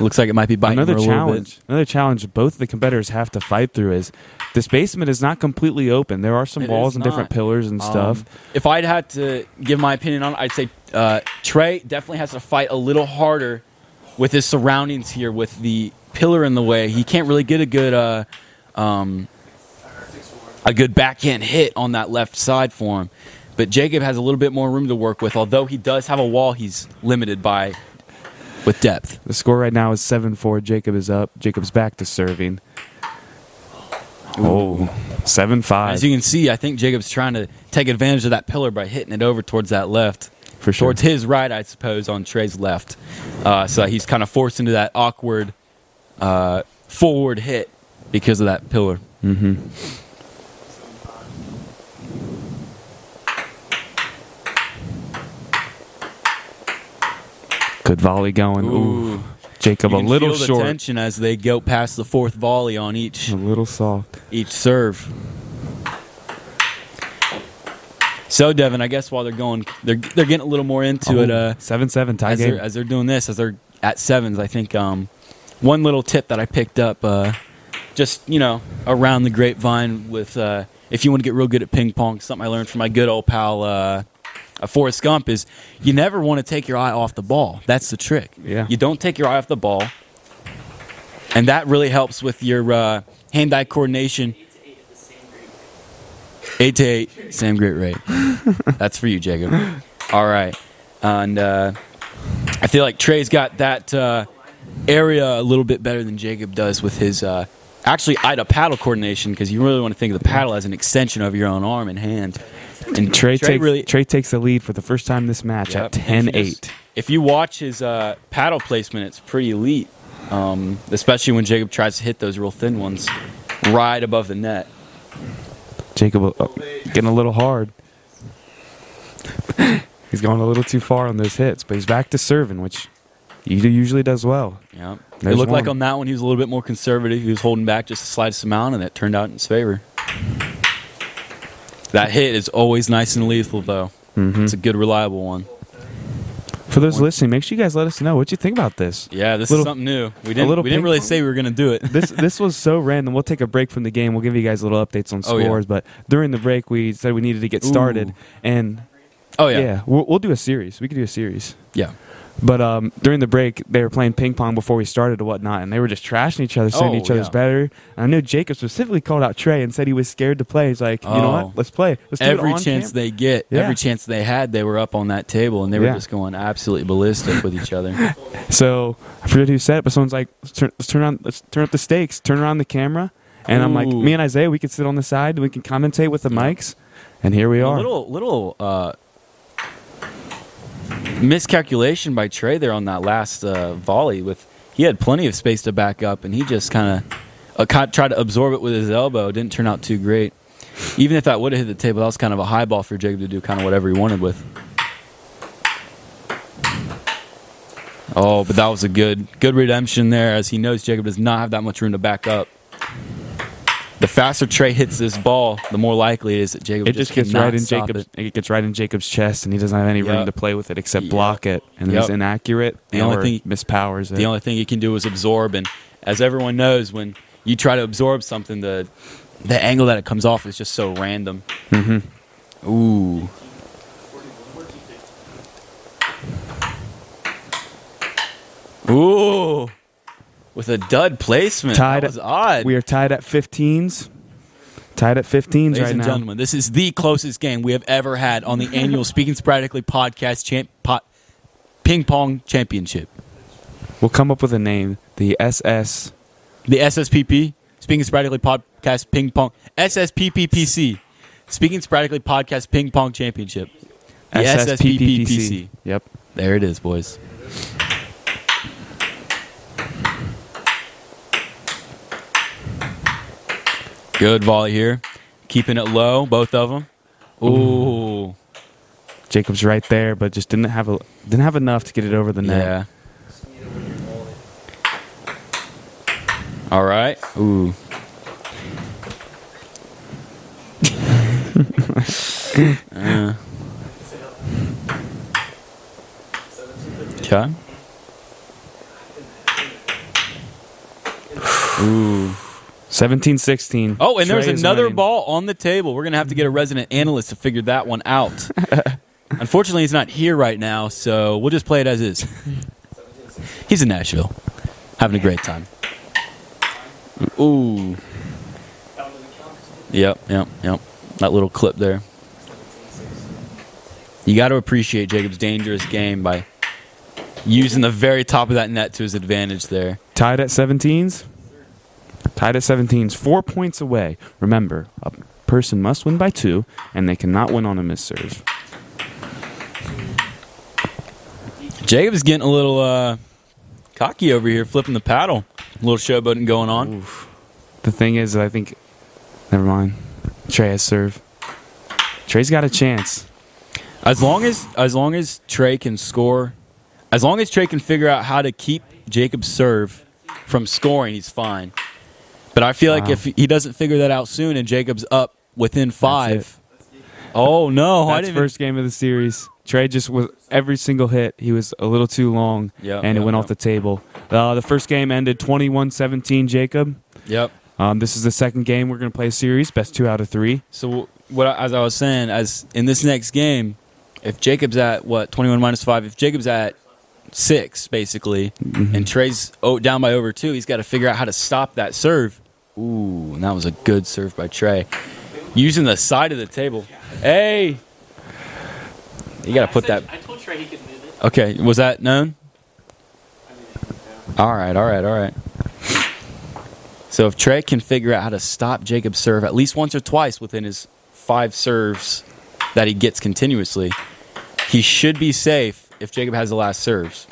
Speaker 4: Looks like it might be biting
Speaker 2: Another
Speaker 4: him a little bit.
Speaker 2: challenge. Another challenge. Both the competitors have to fight through is this basement is not completely open. There are some
Speaker 4: It
Speaker 2: walls
Speaker 4: is
Speaker 2: and different
Speaker 4: not.
Speaker 2: pillars and stuff.
Speaker 4: Um, if I'd had to give my opinion on it, I'd say uh, Trey definitely has to fight a little harder with his surroundings here, with the pillar in the way. He can't really get a good, uh, um, a good backhand hit on that left side for him. But Jacob has a little bit more room to work with, although he does have a wall. He's limited by with depth.
Speaker 2: The score right now is seven four. Jacob is up. Jacob's back to serving. Oh, seven five
Speaker 4: As you can see, I think Jacob's trying to take advantage of that pillar by hitting it over towards that left.
Speaker 2: for sure.
Speaker 4: towards his right, I suppose, on Trey's left. Uh, so he's kind of forced into that awkward uh, forward hit because of that pillar.
Speaker 2: Good volley going. Ooh. Jacob
Speaker 4: You
Speaker 2: a
Speaker 4: can
Speaker 2: little
Speaker 4: feel the
Speaker 2: short. Hmm.
Speaker 4: tension as they go past the fourth volley on each
Speaker 2: A little soft.
Speaker 4: each serve. So Devin, I guess while they're going, they're they're getting a little more
Speaker 2: Oh.
Speaker 4: into it. Uh,
Speaker 2: seven seven tie
Speaker 4: as
Speaker 2: game.
Speaker 4: they're, as they're doing this, as they're at sevens, I think um, one little tip that I picked up, uh, just you know, around the grapevine with uh, if you want to get real good at ping pong, something I learned from my good old pal uh, uh, Forrest Gump is you never want to take your eye off the ball. That's the trick.
Speaker 2: Yeah.
Speaker 4: you don't take your eye off the ball, and that really helps with your uh, hand-eye coordination. Eight to eight, same great <laughs> rate. That's for you, Jacob. All right, and uh, I feel like Trey's got that uh, area a little bit better than Jacob does with his uh, actually Ida paddle coordination because you really want to think of the paddle as an extension of your own arm and hand. And
Speaker 2: Trey, takes,
Speaker 4: really
Speaker 2: Trey takes the lead for the first time this match
Speaker 4: Yep.
Speaker 2: at 10
Speaker 4: If you just-
Speaker 2: 8.
Speaker 4: If you watch his uh, paddle placement, it's pretty elite, um, especially when Jacob tries to hit those real thin ones right above the net.
Speaker 2: Jacob uh, getting a little hard. <laughs> he's going a little too far on those hits, but he's back to serving, which he usually does well.
Speaker 4: Yeah, it
Speaker 2: There's
Speaker 4: looked like
Speaker 2: one.
Speaker 4: on that one he was a little bit more conservative. He was holding back just a slightest amount, and it turned out in his favor. That hit is always nice and lethal, though.
Speaker 2: Hmm.
Speaker 4: It's a good, reliable one.
Speaker 2: For those listening, make sure you guys let us know what you think about
Speaker 4: <laughs>
Speaker 2: this.
Speaker 4: Yeah, this
Speaker 2: Little-
Speaker 4: is something new. We didn't.
Speaker 2: little
Speaker 4: We didn't
Speaker 2: ping
Speaker 4: really
Speaker 2: pong.
Speaker 4: say we were going to do it. <laughs>
Speaker 2: this this was so random. We'll take a break from the game. We'll give you guys little updates on
Speaker 4: Oh,
Speaker 2: scores,
Speaker 4: yeah.
Speaker 2: but during the break we said we needed to get
Speaker 4: Ooh.
Speaker 2: started and
Speaker 4: Oh
Speaker 2: yeah,
Speaker 4: yeah, yeah.
Speaker 2: we'll, we'll do a series. We could do a series. But um, during the break, they were playing ping pong before we started and whatnot, and they were just trashing each other, saying
Speaker 4: Oh,
Speaker 2: each other's
Speaker 4: yeah.
Speaker 2: better. And I know Jacob specifically called out Trey and said he was scared to play. He's like, you know
Speaker 4: Oh.
Speaker 2: what? Let's play. Let's do it
Speaker 4: Every
Speaker 2: on
Speaker 4: chance
Speaker 2: camp."
Speaker 4: they get,
Speaker 2: Yeah.
Speaker 4: every chance they had, they were up on that table and they were
Speaker 2: Yeah.
Speaker 4: just going absolutely ballistic with
Speaker 2: <laughs>
Speaker 4: each other.
Speaker 2: So I forget who said it, but someone's like, let's turn, let's turn on, let's turn up the stakes, turn around the camera, and I'm like,
Speaker 4: Ooh.
Speaker 2: me and Isaiah, we can sit on the side, we can commentate with the mics, and here we
Speaker 4: A
Speaker 2: are.
Speaker 4: little little uh, miscalculation by Trey there on that last uh, volley with he had plenty of space to back up, and he just kind of uh, ki- tried to absorb it with his elbow. Didn't turn out too great. Even if that would have hit the table, that was kind of a high ball for Jacob to do kind of whatever he wanted with. Oh, but that was a good good redemption there, as he knows Jacob does not have that much room to back up. The faster Trey hits this ball, the more likely it is that Jacob
Speaker 2: It just gets
Speaker 4: cannot
Speaker 2: right in
Speaker 4: stop
Speaker 2: Jacob's.
Speaker 4: it.
Speaker 2: It. gets right in Jacob's chest, and he doesn't have any
Speaker 4: Yep.
Speaker 2: room to play with it except
Speaker 4: Yep.
Speaker 2: block it, and
Speaker 4: Yep.
Speaker 2: it's inaccurate.
Speaker 4: The only thing-
Speaker 2: mispowers it.
Speaker 4: The only thing he can do is absorb, and as everyone knows, when you try to absorb something, the the angle that it comes off is just so random. Mm-hmm. Ooh. Ooh. With a dud placement.
Speaker 2: Tied at-
Speaker 4: That was odd.
Speaker 2: we are tied at 15s. Tied at 15s
Speaker 4: Ladies
Speaker 2: right
Speaker 4: and
Speaker 2: now.
Speaker 4: gentlemen, this is the closest game we have ever had on the annual Speaking Sporadically podcast champ, pot, ping pong championship.
Speaker 2: We'll come up with a name. The SS.
Speaker 4: The SSPP, Speaking Sporadically Podcast Ping Pong. SSPPPC, Speaking Sporadically Podcast Ping Pong Championship. The SSPPPC.
Speaker 2: Yep.
Speaker 4: There it is, boys. Good volley here. Keeping it low, both of them. Ooh.
Speaker 2: Jacob's right there, but just didn't have a didn't have enough to get it over the net.
Speaker 4: Yeah. All right. Ooh. <laughs> uh. Okay. Ooh.
Speaker 2: 17-16.
Speaker 4: Oh, and there's
Speaker 2: Trey's
Speaker 4: another
Speaker 2: winning.
Speaker 4: ball on the table. We're gonna have to get a resident analyst to figure that one
Speaker 2: <laughs>
Speaker 4: out. Unfortunately, he's not here right now, so we'll just play it as is. he's in Nashville, having a great time. Ooh. Yep, yep, yep. That little clip there. You got to appreciate Jacob's dangerous game by using the very top of that net to his advantage there.
Speaker 2: Tied at 17s. Tied at 17s. Four points away. Remember, a person must win by two, and they cannot win on a miss serve.
Speaker 4: Jacob's getting a little uh, cocky over here, flipping the paddle. A little showboating going on.
Speaker 2: The thing is, I think. Never mind. Trey has serve. Trey's got a chance.
Speaker 4: As long as as long as Trey can score, as long as Trey can figure out how to keep Jacob's serve from scoring, he's fine. But I feel like
Speaker 2: Wow.
Speaker 4: if he doesn't figure that out soon, and Jacob's up within five,
Speaker 2: it.
Speaker 4: oh no! I
Speaker 2: That's
Speaker 4: didn't
Speaker 2: first game of the series. Trey just was every single hit. He was a little too long,
Speaker 4: Yep,
Speaker 2: and it
Speaker 4: yep,
Speaker 2: went
Speaker 4: yep.
Speaker 2: off the table. Uh, the first game ended 21-17, Jacob.
Speaker 4: Even, yep.
Speaker 2: Um, this is the second game we're going to play a series, best two out of three.
Speaker 4: So what? I- As I was saying, as in this next game, if Jacob's at what twenty one minus five, if Jacob's at six basically, and Trey's o- down by over two, he's got to figure out how to stop that serve. Ooh, and that was a good serve by Trey, using the side of the table. Hey, you got to put that.
Speaker 3: I told Trey he could move it.
Speaker 4: Okay, was that known? All right, all right, all right. So if Trey can figure out how to stop Jacob's serve at least once or twice within his five serves that he gets continuously, he should be safe if Jacob has the last serves.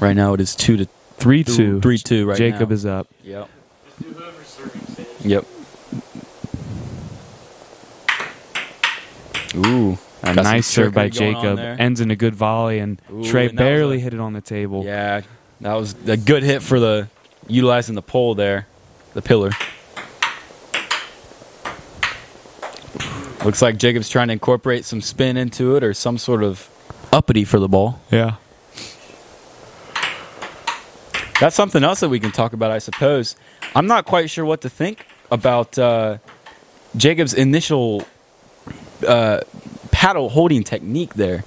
Speaker 4: Right now it is two to
Speaker 2: Three
Speaker 4: two,
Speaker 2: two.
Speaker 4: three two. Right
Speaker 2: Jacob
Speaker 4: now.
Speaker 2: is up.
Speaker 4: Yep. Yep. Ooh.
Speaker 2: A
Speaker 4: Got some
Speaker 2: nice serve by
Speaker 4: trickery going on
Speaker 2: Jacob.
Speaker 4: there.
Speaker 2: Ends in a good volley, and
Speaker 4: Ooh,
Speaker 2: Trey
Speaker 4: and that was
Speaker 2: barely
Speaker 4: a-
Speaker 2: hit it on the table.
Speaker 4: Yeah, that was a good hit for the utilizing the pole there, the pillar. Looks like Jacob's trying to incorporate some spin into it or some sort of uppity for the ball.
Speaker 2: yeah.
Speaker 4: That's something else that we can talk about, I suppose. I'm not quite sure what to think about uh, Jacob's initial uh, paddle holding technique there.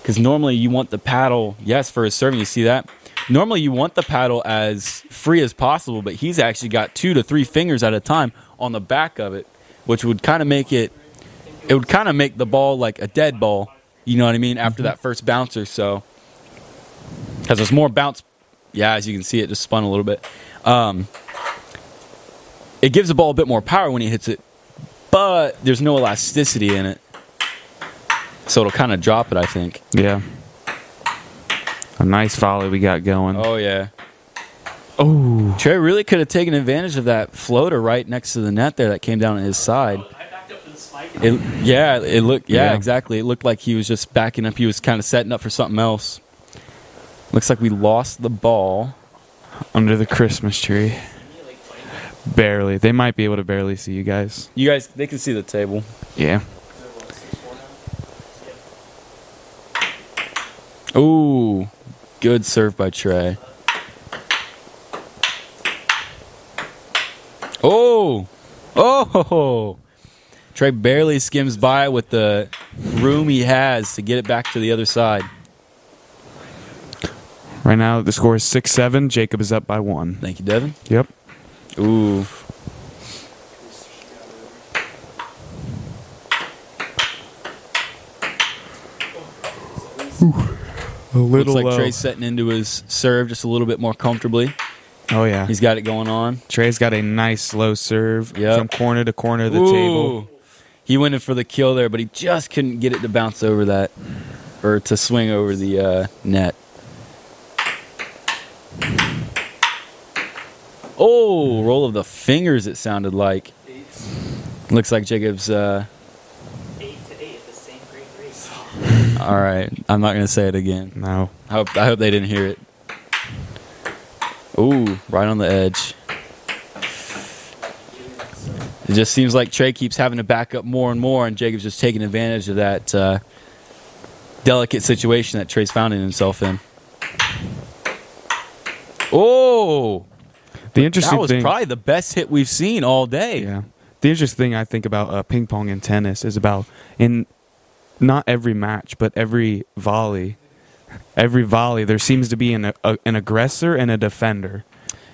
Speaker 4: Because normally you want the paddle, yes, for his serving, you see that? Normally you want the paddle as free as possible, but he's actually got two to three fingers at a time on the back of it, which would kind of make it, it would kind of make the ball like a dead ball, you know what I mean, after that first bounce or so. Because there's more bounce yeah, as you can see, it just spun a little bit. Um, it gives the ball a bit more power when he hits it but there's no elasticity in it, so it'll kind of drop it. I think.
Speaker 2: Yeah. A nice volley we got going.
Speaker 4: Oh yeah,
Speaker 2: Oh.
Speaker 4: Trey really could have taken advantage of that floater right next to the net there that came down on his side.
Speaker 3: Oh, I backed up to the spike.
Speaker 4: It, yeah, it looked. Yeah,
Speaker 2: Yeah.
Speaker 4: exactly. It looked like he was just backing up. He was kind of setting up for something else. Looks like we lost the ball.
Speaker 2: Under the Christmas tree. Barely. They might be able to barely see you guys.
Speaker 4: You guys, they can see the table.
Speaker 2: Yeah.
Speaker 4: Ooh, good serve by Trey. Oh, oh, ho, ho. Trey barely skims by with the room he has to get it back to the other side.
Speaker 2: Right now the score is six seven. Jacob is up by one.
Speaker 4: Thank you, Devin.
Speaker 2: Yep.
Speaker 4: Ooh.
Speaker 2: A little
Speaker 4: Looks like
Speaker 2: low.
Speaker 4: Trey's setting into his serve just a little bit more comfortably.
Speaker 2: Oh yeah.
Speaker 4: He's got it going on.
Speaker 2: Trey's got a nice slow serve
Speaker 4: Yep.
Speaker 2: from corner to corner of the
Speaker 4: Ooh.
Speaker 2: table.
Speaker 4: He went in for the kill there, but he just couldn't get it to bounce over that or to swing over the uh, net. Oh, roll of the fingers, it sounded like. Looks like Jacob's. Uh,
Speaker 3: <laughs>
Speaker 4: all right, I'm not going to say it again.
Speaker 2: No.
Speaker 4: I hope, I hope they didn't hear it. Ooh, right on the edge. It just seems like Trey keeps having to back up more and more, and Jacob's just taking advantage of that uh, delicate situation that Trey's finding himself in. Oh,
Speaker 2: The interesting
Speaker 4: that was
Speaker 2: thing.
Speaker 4: probably the best hit we've seen all day.
Speaker 2: Yeah. The interesting thing I think about uh, ping pong and tennis is about in not every match, but every volley, every volley, there seems to be an a, an aggressor and a defender.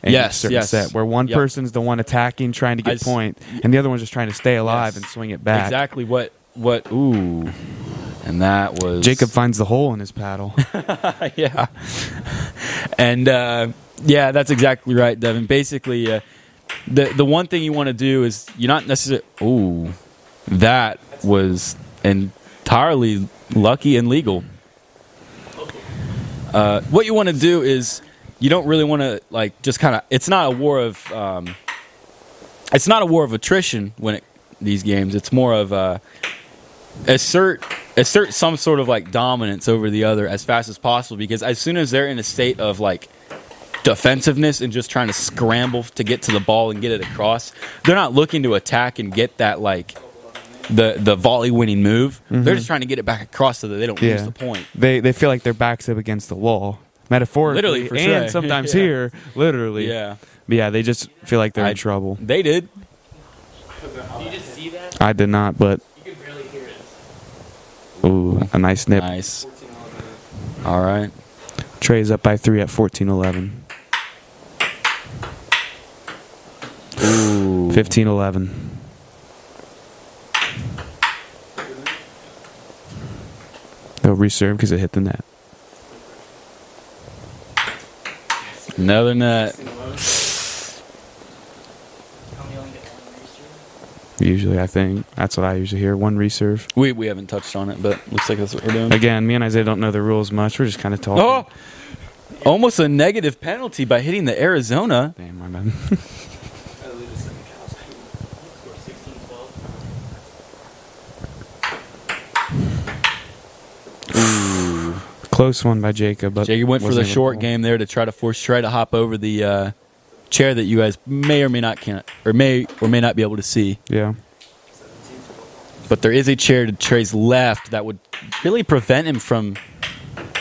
Speaker 2: In
Speaker 4: Yes,
Speaker 2: a certain
Speaker 4: yes.
Speaker 2: set where one
Speaker 4: Yep.
Speaker 2: person's the one attacking, trying to
Speaker 4: I
Speaker 2: get
Speaker 4: s-
Speaker 2: point, and the other one's just trying to stay alive
Speaker 4: Yes.
Speaker 2: and swing it back.
Speaker 4: Exactly what what. Ooh, and that was
Speaker 2: Jacob finds the hole in his
Speaker 4: <laughs>
Speaker 2: paddle.
Speaker 4: yeah. And uh, yeah, that's exactly right, Devin. Basically, uh, the the one thing you want to do is you're not necessarily. Ooh, that was entirely lucky and legal. Uh, what you want to do is you don't really want to like just kind of. It's not a war of. Um, it's not a war of attrition when it these games. It's more of. Uh, assert assert some sort of like dominance over the other as fast as possible because as soon as they're in a state of like defensiveness and just trying to scramble to get to the ball and get it across they're not looking to attack and get that like the the volley winning move they're just trying to get it back across so that they don't lose
Speaker 2: Yeah.
Speaker 4: the point
Speaker 2: they they feel like their backs up against the wall, metaphorically,
Speaker 4: Literally, for
Speaker 2: and
Speaker 4: sure.
Speaker 2: sometimes
Speaker 4: <laughs> Yeah.
Speaker 2: here, literally.
Speaker 4: yeah
Speaker 2: but yeah, they just feel like they're
Speaker 4: I-
Speaker 2: in trouble.
Speaker 4: they did
Speaker 3: you just see that?
Speaker 2: I did not, but
Speaker 3: You can barely hear it.
Speaker 2: ooh, a nice nip.
Speaker 4: nice all right
Speaker 2: Trey's up by three at fourteen eleven.
Speaker 4: Ooh.
Speaker 2: Fifteen eleven. They'll reserve because it hit the net.
Speaker 4: another net
Speaker 2: Usually, I think that's what I usually hear. One reserve.
Speaker 4: we we haven't touched on it but looks like that's what we're doing
Speaker 2: Again, me and Isaiah don't know the rules much. We're just kind of talking.
Speaker 4: Oh, almost a negative penalty by hitting the Arizona.
Speaker 2: Damn, my bad. <laughs> Close one by Jacob, but
Speaker 4: Jake went for the
Speaker 2: wasn't able to
Speaker 4: short
Speaker 2: pull.
Speaker 4: game there to try to force Trey to hop over the uh, chair that you guys may or may not can or may or may not be able to see.
Speaker 2: Yeah,
Speaker 4: But there is a chair to Trey's left that would really prevent him from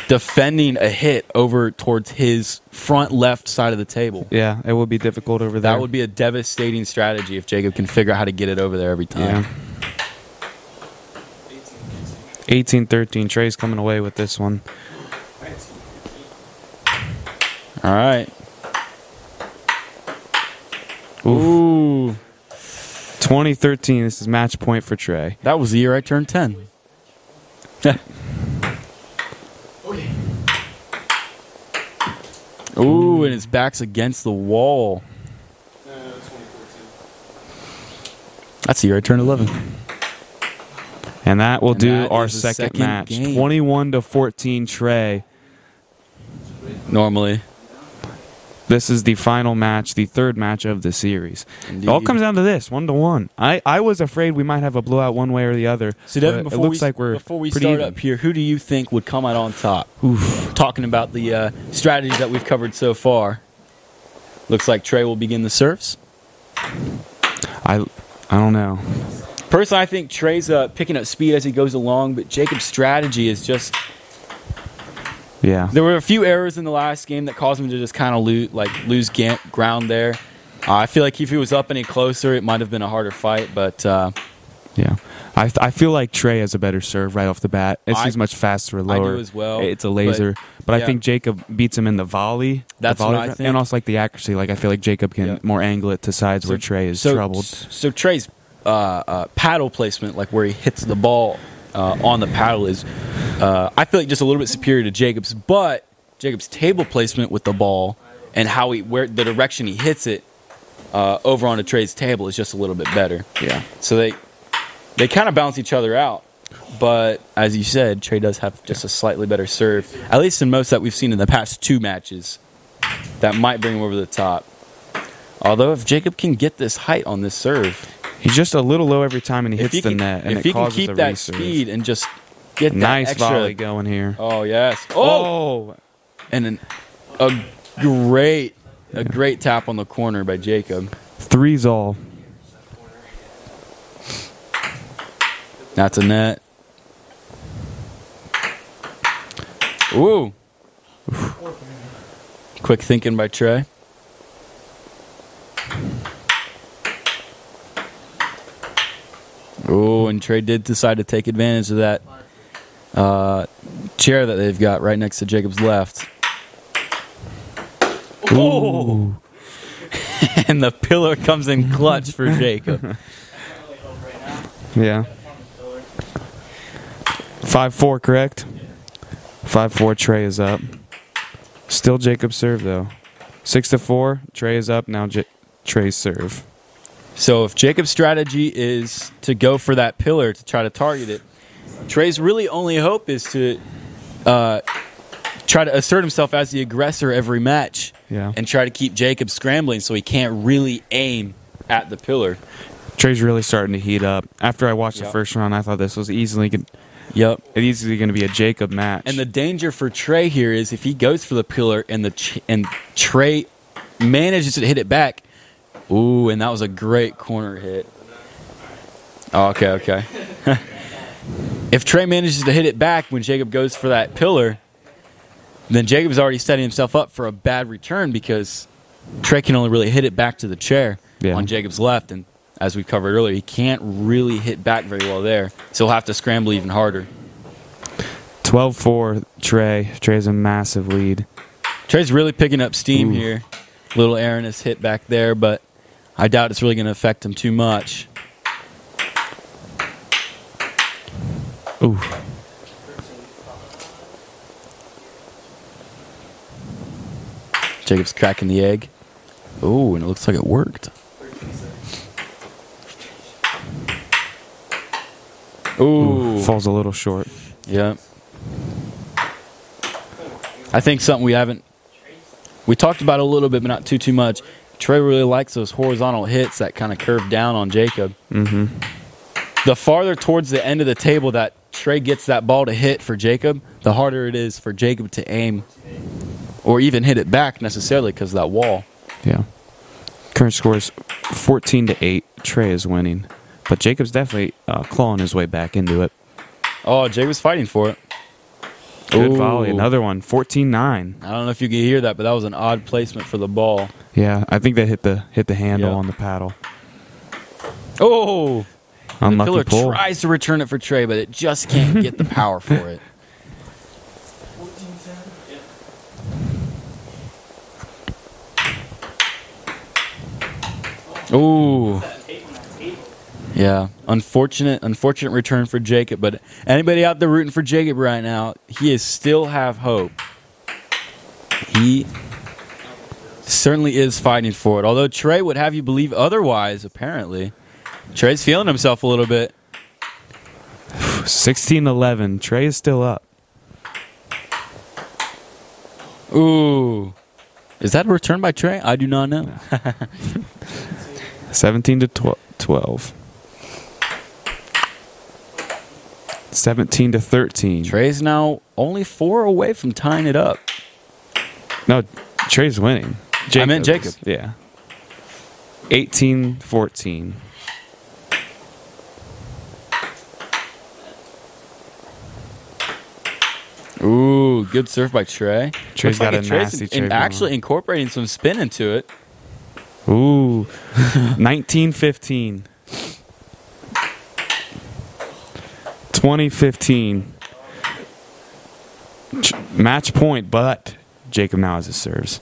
Speaker 4: defending a hit over towards his front left side of the table.
Speaker 2: yeah, it will be difficult over there.
Speaker 4: That would be a devastating strategy if Jacob can figure out how to get it over there every time.
Speaker 2: Yeah. Eighteen thirteen. Trey's coming away with this one.
Speaker 4: All right.
Speaker 2: Ooh.
Speaker 4: Ooh.
Speaker 2: 2013. This is match point for Trey.
Speaker 4: That was the year I turned <laughs> 10. Ooh, and his back's against the wall. I see I turned 11.
Speaker 2: And that will
Speaker 4: And
Speaker 2: do
Speaker 4: that
Speaker 2: our
Speaker 4: is the
Speaker 2: second,
Speaker 4: second
Speaker 2: match.
Speaker 4: game.
Speaker 2: 21 to 14 Trey.
Speaker 4: Normally.
Speaker 2: This is the final match, the third match of the series.
Speaker 4: Indeed.
Speaker 2: It all comes down to this, one to one. I, I was afraid we might have a blowout one way or the other.
Speaker 4: So
Speaker 2: but
Speaker 4: Devin, before
Speaker 2: it looks
Speaker 4: we,
Speaker 2: like we're
Speaker 4: before we
Speaker 2: pretty
Speaker 4: start
Speaker 2: even.
Speaker 4: up here, who do you think would come out on top? Talking about the uh, strategies that we've covered so far. Looks like Trey will begin the serves.
Speaker 2: I I don't know.
Speaker 4: Personally, I think Trey's uh, picking up speed as he goes along, but Jacob's strategy is just
Speaker 2: Yeah.
Speaker 4: There were a few errors in the last game that caused him to just kind of lose, like lose ga- ground there. Uh, I feel like if he was up any closer, it might have been a harder fight. But uh,
Speaker 2: Yeah. I, th- I feel like Trey has a better serve right off the bat. It
Speaker 4: I-
Speaker 2: seems much faster or
Speaker 4: I do
Speaker 2: lower.
Speaker 4: as well,
Speaker 2: It's a
Speaker 4: but-
Speaker 2: laser. But, I
Speaker 4: yeah.
Speaker 2: think Jacob beats him in the volley. the
Speaker 4: That's what
Speaker 2: volley
Speaker 4: I
Speaker 2: front-
Speaker 4: think.
Speaker 2: And also like the accuracy. Like I feel like Jacob can
Speaker 4: Yeah.
Speaker 2: more angle it to sides where Trey is
Speaker 4: so,
Speaker 2: troubled.
Speaker 4: So Trey's uh, uh, paddle placement, like where he hits the ball uh, on the paddle, is uh, I feel like just a little bit superior to Jacob's. But Jacob's table placement with the ball and how he where the direction he hits it uh, over onto Trey's table is just a little bit better.
Speaker 2: Yeah.
Speaker 4: So they they kind of balance each other out. But as you said, Trey does have just a slightly better serve, at least in most that we've seen in the past two matches. That might bring him over the top. Although if Jacob can get this height on this serve,
Speaker 2: He's just a little low every time and he
Speaker 4: if
Speaker 2: hits
Speaker 4: he
Speaker 2: the
Speaker 4: can,
Speaker 2: net and
Speaker 4: if
Speaker 2: it
Speaker 4: he can
Speaker 2: causes
Speaker 4: keep
Speaker 2: a
Speaker 4: that
Speaker 2: reserve.
Speaker 4: speed and just get that
Speaker 2: Nice
Speaker 4: extra,
Speaker 2: volley going here.
Speaker 4: Oh yes! Oh,
Speaker 2: Oh,
Speaker 4: and an, a great a great tap on the corner by Jacob.
Speaker 2: three's all.
Speaker 4: That's a net. Ooh. Quick thinking by Trey. Oh, and Trey did decide to take advantage of that uh, chair that they've got right next to Jacob's left. Ooh. <laughs> and the pillar comes in clutch for Jacob.
Speaker 2: Yeah. Five four, correct? Five four. Trey is up. Still Jacob serve though. Six to four. Trey is up now. J- Trey's serve.
Speaker 4: So if Jacob's strategy is to go for that pillar to try to target it, Trey's really only hope is to uh, try to assert himself as the aggressor every match
Speaker 2: Yeah.
Speaker 4: and try to keep Jacob scrambling so he can't really aim at the pillar.
Speaker 2: Trey's really starting to heat up. After I watched
Speaker 4: Yeah.
Speaker 2: the first round, I thought this was easily gon-
Speaker 4: Yep.
Speaker 2: it easily going to be a Jacob match.
Speaker 4: And the danger for Trey here is if he goes for the pillar and the ch- and Trey manages to hit it back. Ooh, and that was a great corner hit. Oh, okay, okay. <laughs> if Trey manages to hit it back when Jacob goes for that pillar, then Jacob's already setting himself up for a bad return because Trey can only really hit it back to the chair
Speaker 2: Yeah.
Speaker 4: on Jacob's left, and as we covered earlier, he can't really hit back very well there, so he'll have to scramble even harder.
Speaker 2: 12-4 Trey. Trey's a massive lead.
Speaker 4: Trey's really picking up steam here. Little Aaron is hit back there, but I doubt it's really going to affect him too much.
Speaker 2: Ooh.
Speaker 4: Jacob's cracking the egg. Ooh, and it looks like it worked. Ooh.
Speaker 2: Falls a little short.
Speaker 4: Yeah. I think something we haven't we talked about a little bit, but not too too much. Trey really likes those horizontal hits that kind of curve down on Jacob.
Speaker 2: Mhm.
Speaker 4: The farther towards the end of the table that Trey gets that ball to hit for Jacob, the harder it is for Jacob to aim or even hit it back necessarily because of that wall.
Speaker 2: Yeah. Current score is 14 to 8. Trey is winning. But Jacob's definitely uh, clawing his way back into it.
Speaker 4: Oh, Jacob's fighting for it.
Speaker 2: Good
Speaker 4: Ooh.
Speaker 2: volley. Another one. 14 9.
Speaker 4: I don't know if you could hear that, but that was an odd placement for the ball.
Speaker 2: Yeah, I think that hit the hit the handle
Speaker 4: Yeah.
Speaker 2: on the paddle.
Speaker 4: Oh,
Speaker 2: Unlucky
Speaker 4: Pillar
Speaker 2: pull.
Speaker 4: tries to return it for Trey, but it just can't get the power for it. Ooh. Yeah, unfortunate, unfortunate return for Jacob. But anybody out there rooting for Jacob right now, he is still have hope. He certainly is fighting for it. Although Trey would have you believe otherwise, apparently. Trey's feeling himself a little bit.
Speaker 2: 16 11. Trey is still up.
Speaker 4: Ooh. Is that a return by Trey? I do
Speaker 2: <laughs>
Speaker 4: not know.
Speaker 2: 17 to tw- 12. 17 to 13.
Speaker 4: Trey's now only four away from tying it up.
Speaker 2: No, Trey's winning.
Speaker 4: I meant
Speaker 2: Jacobs. Yeah. 18 14.
Speaker 4: Ooh, good serve by Trey.
Speaker 2: Trey's
Speaker 4: Looks like
Speaker 2: got a
Speaker 4: Trey's
Speaker 2: nasty
Speaker 4: in-
Speaker 2: Trey
Speaker 4: in-
Speaker 2: going
Speaker 4: actually
Speaker 2: on.
Speaker 4: incorporating some spin into it.
Speaker 2: <laughs> Ooh. 19 15. 20 15. Ch- Match point, but Jacob now has his serves.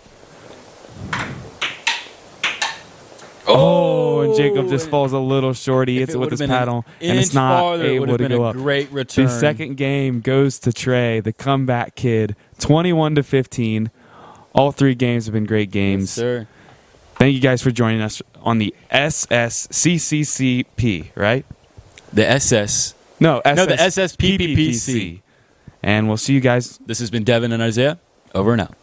Speaker 2: Oh, and Jacob just falls a little short. He
Speaker 4: If
Speaker 2: hits it
Speaker 4: it
Speaker 2: with
Speaker 4: would've
Speaker 2: his
Speaker 4: been an
Speaker 2: paddle, and it's
Speaker 4: inch
Speaker 2: not
Speaker 4: farther, it
Speaker 2: able
Speaker 4: would've
Speaker 2: to
Speaker 4: been
Speaker 2: go
Speaker 4: a
Speaker 2: up.
Speaker 4: great
Speaker 2: The
Speaker 4: return.
Speaker 2: second game goes to Trey, the comeback kid, twenty-one to fifteen. All three games have been great
Speaker 4: Yes,
Speaker 2: games.
Speaker 4: sir.
Speaker 2: Thank you guys for joining us on the SSCCCP, right?
Speaker 4: The SS.
Speaker 2: No, SS-
Speaker 4: No, the SSPPPC.
Speaker 2: And we'll see you guys
Speaker 4: This has been Devin and Isaiah. Over and out.